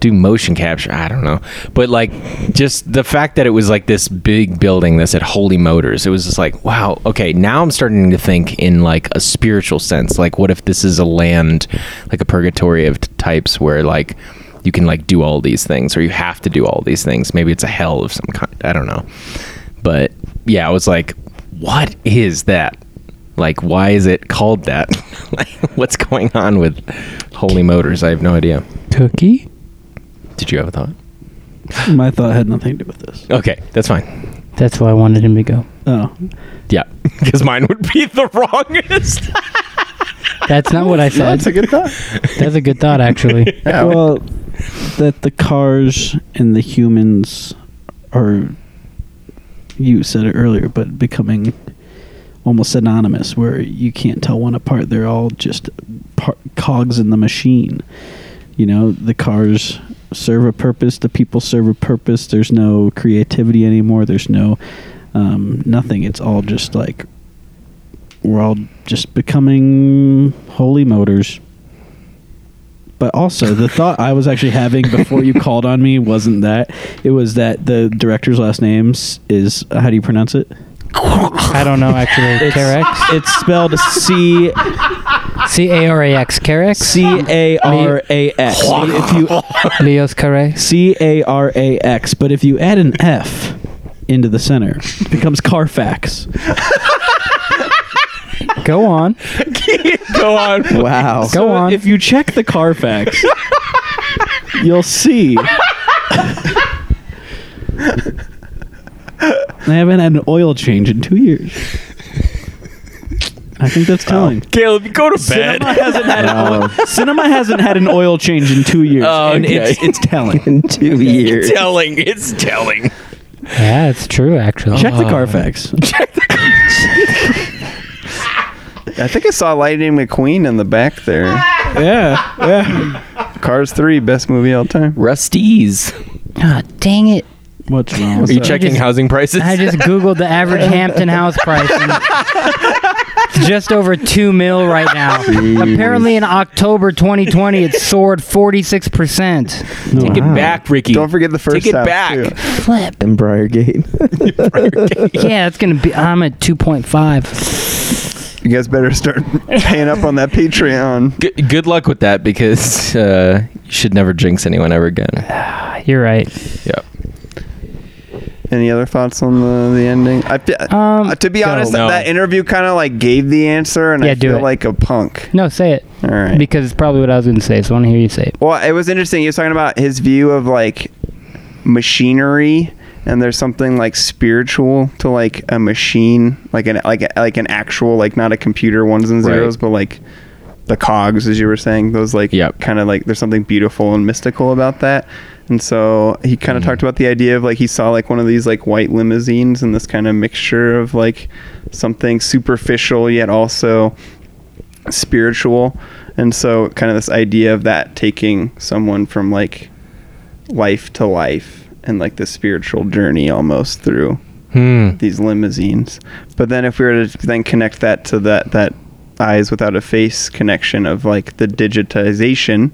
[SPEAKER 4] do motion capture. I don't know. But like just the fact that it was like this big building that said Holy Motors, it was just like, wow, okay, now I'm starting to think in like a spiritual sense. Like what if this is a land like a purgatory of t- types where like you can like do all these things or you have to do all these things. Maybe it's a hell of some kind. I don't know. But yeah, I was like, what is that? Like, why is it called that? [laughs] like, what's going on with Holy Motors? I have no idea.
[SPEAKER 2] Cookie.
[SPEAKER 4] Did you have a thought?
[SPEAKER 3] My thought had nothing to do with this.
[SPEAKER 4] Okay, that's fine.
[SPEAKER 2] That's why I wanted him to go.
[SPEAKER 3] Oh,
[SPEAKER 4] Yeah, [laughs] because mine would be the [laughs] wrongest.
[SPEAKER 2] That's not what I said.
[SPEAKER 3] [laughs]
[SPEAKER 1] good thought
[SPEAKER 2] That's a good thought, actually.
[SPEAKER 1] yeah.
[SPEAKER 3] well, that the cars and the humans are you said it earlier, but becoming almost synonymous where you can't tell one apart. They're all just par- cogs in the machine. You know, the cars serve a purpose, the people serve a purpose. There's no creativity anymore. There's no um, nothing. It's all just like we're all just becoming holy motors. But also, the thought I was actually having before you called on me wasn't that. It was that the director's last name is how do you pronounce it?
[SPEAKER 2] I don't know actually. Carex?
[SPEAKER 3] It's spelled C
[SPEAKER 2] C A R A X. Carex?
[SPEAKER 3] C A R A X. If you
[SPEAKER 2] Leos Carex.
[SPEAKER 3] C A R A X, but if you add an F into the center, it becomes Carfax.
[SPEAKER 2] Go on.
[SPEAKER 4] Go on.
[SPEAKER 5] [laughs] Wow.
[SPEAKER 2] Go on.
[SPEAKER 3] If you check
[SPEAKER 1] [laughs]
[SPEAKER 3] the Carfax, you'll see. I haven't had an oil change in two years. I think
[SPEAKER 1] Oh,
[SPEAKER 3] that's telling.
[SPEAKER 4] Caleb, go to bed.
[SPEAKER 3] Cinema hasn't had an
[SPEAKER 5] Wow.
[SPEAKER 3] oil, cinema hasn't had an oil change in two years,
[SPEAKER 4] Oh,
[SPEAKER 3] and
[SPEAKER 4] okay.
[SPEAKER 3] it's, it's
[SPEAKER 1] [laughs]
[SPEAKER 3] telling.
[SPEAKER 5] In [laughs] two years.
[SPEAKER 4] telling. It's telling.
[SPEAKER 2] Yeah, it's true actually.
[SPEAKER 3] Check
[SPEAKER 1] Oh.
[SPEAKER 3] the
[SPEAKER 1] [laughs]
[SPEAKER 3] Carfax.
[SPEAKER 1] I think I saw Lightning McQueen in the back there.
[SPEAKER 3] yeah, yeah.
[SPEAKER 1] Cars 3, best movie of all time.
[SPEAKER 4] Rusties.
[SPEAKER 2] Ah, dang it.
[SPEAKER 3] What's wrong?
[SPEAKER 4] Are you
[SPEAKER 3] that?
[SPEAKER 4] checking
[SPEAKER 2] just-
[SPEAKER 4] housing prices?
[SPEAKER 2] I just googled the average
[SPEAKER 3] [laughs]
[SPEAKER 2] Hampton house price. and it's just over two mil right now. Apparently, in October 2020, it soared 46 percent.
[SPEAKER 4] Take it
[SPEAKER 5] Wow.
[SPEAKER 4] back, Ricky.
[SPEAKER 1] Don't forget the first
[SPEAKER 4] Take it
[SPEAKER 1] half,
[SPEAKER 4] back.
[SPEAKER 1] too.
[SPEAKER 2] Flip.
[SPEAKER 5] And Briargate.
[SPEAKER 4] [laughs]
[SPEAKER 2] Yeah, it's gonna be. I'm at 2.5.
[SPEAKER 1] You guys better start [laughs] paying up on that Patreon.
[SPEAKER 4] G- good luck with that because [laughs] uh, you should never jinx anyone ever again.
[SPEAKER 2] You're right.
[SPEAKER 4] Yeah.
[SPEAKER 1] Any other thoughts on the, the ending? I, fe-
[SPEAKER 2] Um,
[SPEAKER 1] uh, to be
[SPEAKER 2] go.
[SPEAKER 1] honest,
[SPEAKER 4] No.
[SPEAKER 1] that interview kind of like gave the answer, and
[SPEAKER 2] Yeah,
[SPEAKER 1] I
[SPEAKER 2] do
[SPEAKER 1] feel
[SPEAKER 2] it.
[SPEAKER 1] like a punk.
[SPEAKER 2] No, say it
[SPEAKER 1] All right.
[SPEAKER 2] because it's probably what I was gonna say. So I want to hear you say it.
[SPEAKER 1] Well, it was interesting. He was talking about his view of like machinery, and there's something like spiritual to like a machine, like an like a, like an actual like not a computer ones and
[SPEAKER 4] Right.
[SPEAKER 1] zeros, but like the cogs, as you were saying, those like
[SPEAKER 4] Yep.
[SPEAKER 1] kind of like there's something beautiful and mystical about that. And so he kind of talked about the idea of like he saw like one of these like white limousines and this kind of mixture of like something superficial yet also spiritual and so kind of this idea of that taking someone from like life to life and like the spiritual journey almost through
[SPEAKER 4] Hmm.
[SPEAKER 1] these limousines but then if we were to then connect that to that that eyes without a face connection of like the digitization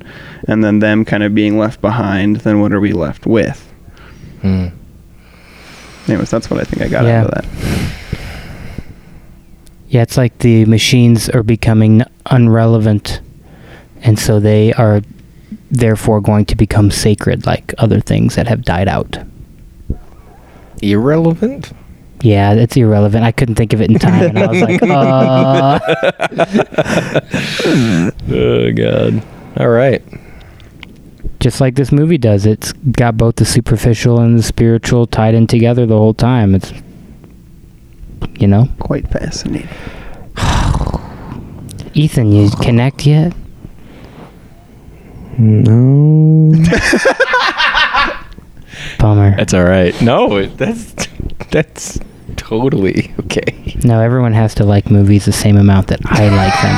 [SPEAKER 1] and then them kind of being left behind then what are we left with
[SPEAKER 4] Hmm.
[SPEAKER 1] anyways that's what i think i got
[SPEAKER 2] Yeah.
[SPEAKER 1] out of that
[SPEAKER 2] Yeah, it's like the machines are becoming unrelevant, and so they are therefore going to become sacred, like other things that have died out.
[SPEAKER 4] Irrelevant.
[SPEAKER 2] Yeah, it's irrelevant. I couldn't think of it in time, and I was [laughs] like, uh,
[SPEAKER 4] Oh God. All right.
[SPEAKER 2] just like this movie does. It's got both the superficial and the spiritual tied in together the whole time. It's, you know,
[SPEAKER 1] quite fascinating
[SPEAKER 2] Ethan, you connect yet?
[SPEAKER 5] No.
[SPEAKER 2] Bummer.
[SPEAKER 4] That's all right. No, it- that's that's totally okay.
[SPEAKER 2] No, everyone has to like movies the same amount that I
[SPEAKER 3] [laughs]
[SPEAKER 2] like them.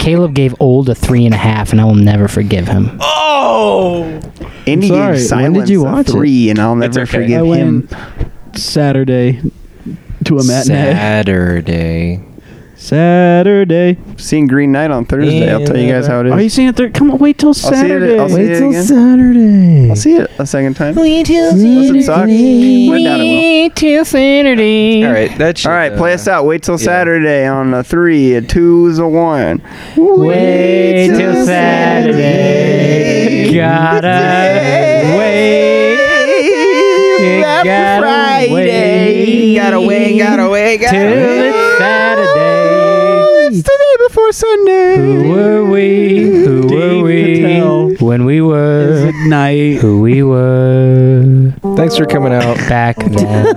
[SPEAKER 2] Caleb gave Old a three and a half, and I will never forgive him.
[SPEAKER 4] Oh.
[SPEAKER 1] Indy
[SPEAKER 5] sorry,
[SPEAKER 1] gave
[SPEAKER 5] when did
[SPEAKER 1] silence
[SPEAKER 5] you
[SPEAKER 1] a
[SPEAKER 5] watch it?
[SPEAKER 1] three and i'll
[SPEAKER 4] That's
[SPEAKER 1] never
[SPEAKER 4] okay.
[SPEAKER 1] forgive
[SPEAKER 3] I went
[SPEAKER 1] him
[SPEAKER 3] Saturday to a matinee.
[SPEAKER 4] Saturday.
[SPEAKER 3] Saturday.
[SPEAKER 1] seeing Green Knight on Thursday. I'll tell you guys how it is.
[SPEAKER 3] Are you seeing it? Thir- Come on, wait till
[SPEAKER 1] see it-
[SPEAKER 3] Saturday.
[SPEAKER 1] I'll see
[SPEAKER 5] Wait
[SPEAKER 1] it
[SPEAKER 5] till
[SPEAKER 1] again.
[SPEAKER 5] Saturday.
[SPEAKER 1] I'll see it a second time.
[SPEAKER 5] Wait
[SPEAKER 1] Doesn't suck. We're down at will.
[SPEAKER 2] till Saturday.
[SPEAKER 4] All right. uh, That's
[SPEAKER 1] All right, play us out. Wait till Saturday on a three, a two's a one.
[SPEAKER 2] Wait till Saturday. Gotta wait You
[SPEAKER 1] After
[SPEAKER 2] gotta
[SPEAKER 1] Friday.
[SPEAKER 2] wait.
[SPEAKER 1] Gotta wait, gotta wait, gotta
[SPEAKER 2] till
[SPEAKER 1] wait.
[SPEAKER 2] it's Saturday.
[SPEAKER 1] It's the day before Sunday.
[SPEAKER 2] Who were we? Who were
[SPEAKER 3] Dave Patel
[SPEAKER 2] we? When we were
[SPEAKER 3] Ignite.
[SPEAKER 2] who we were
[SPEAKER 4] Thanks for coming out.
[SPEAKER 3] [laughs]
[SPEAKER 2] back then.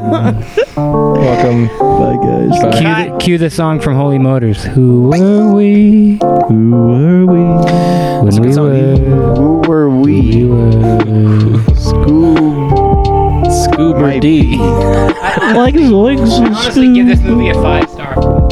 [SPEAKER 4] Welcome.
[SPEAKER 3] Bye, guys.
[SPEAKER 4] Bye.
[SPEAKER 2] cue, the, cue the song from Holy Motors. Who were we
[SPEAKER 3] Who are we?
[SPEAKER 2] when we
[SPEAKER 4] song.
[SPEAKER 2] were?
[SPEAKER 1] Who were
[SPEAKER 2] We
[SPEAKER 1] we?
[SPEAKER 2] were.
[SPEAKER 7] Lee.
[SPEAKER 8] like his legs.
[SPEAKER 3] honestly give this movie a five star.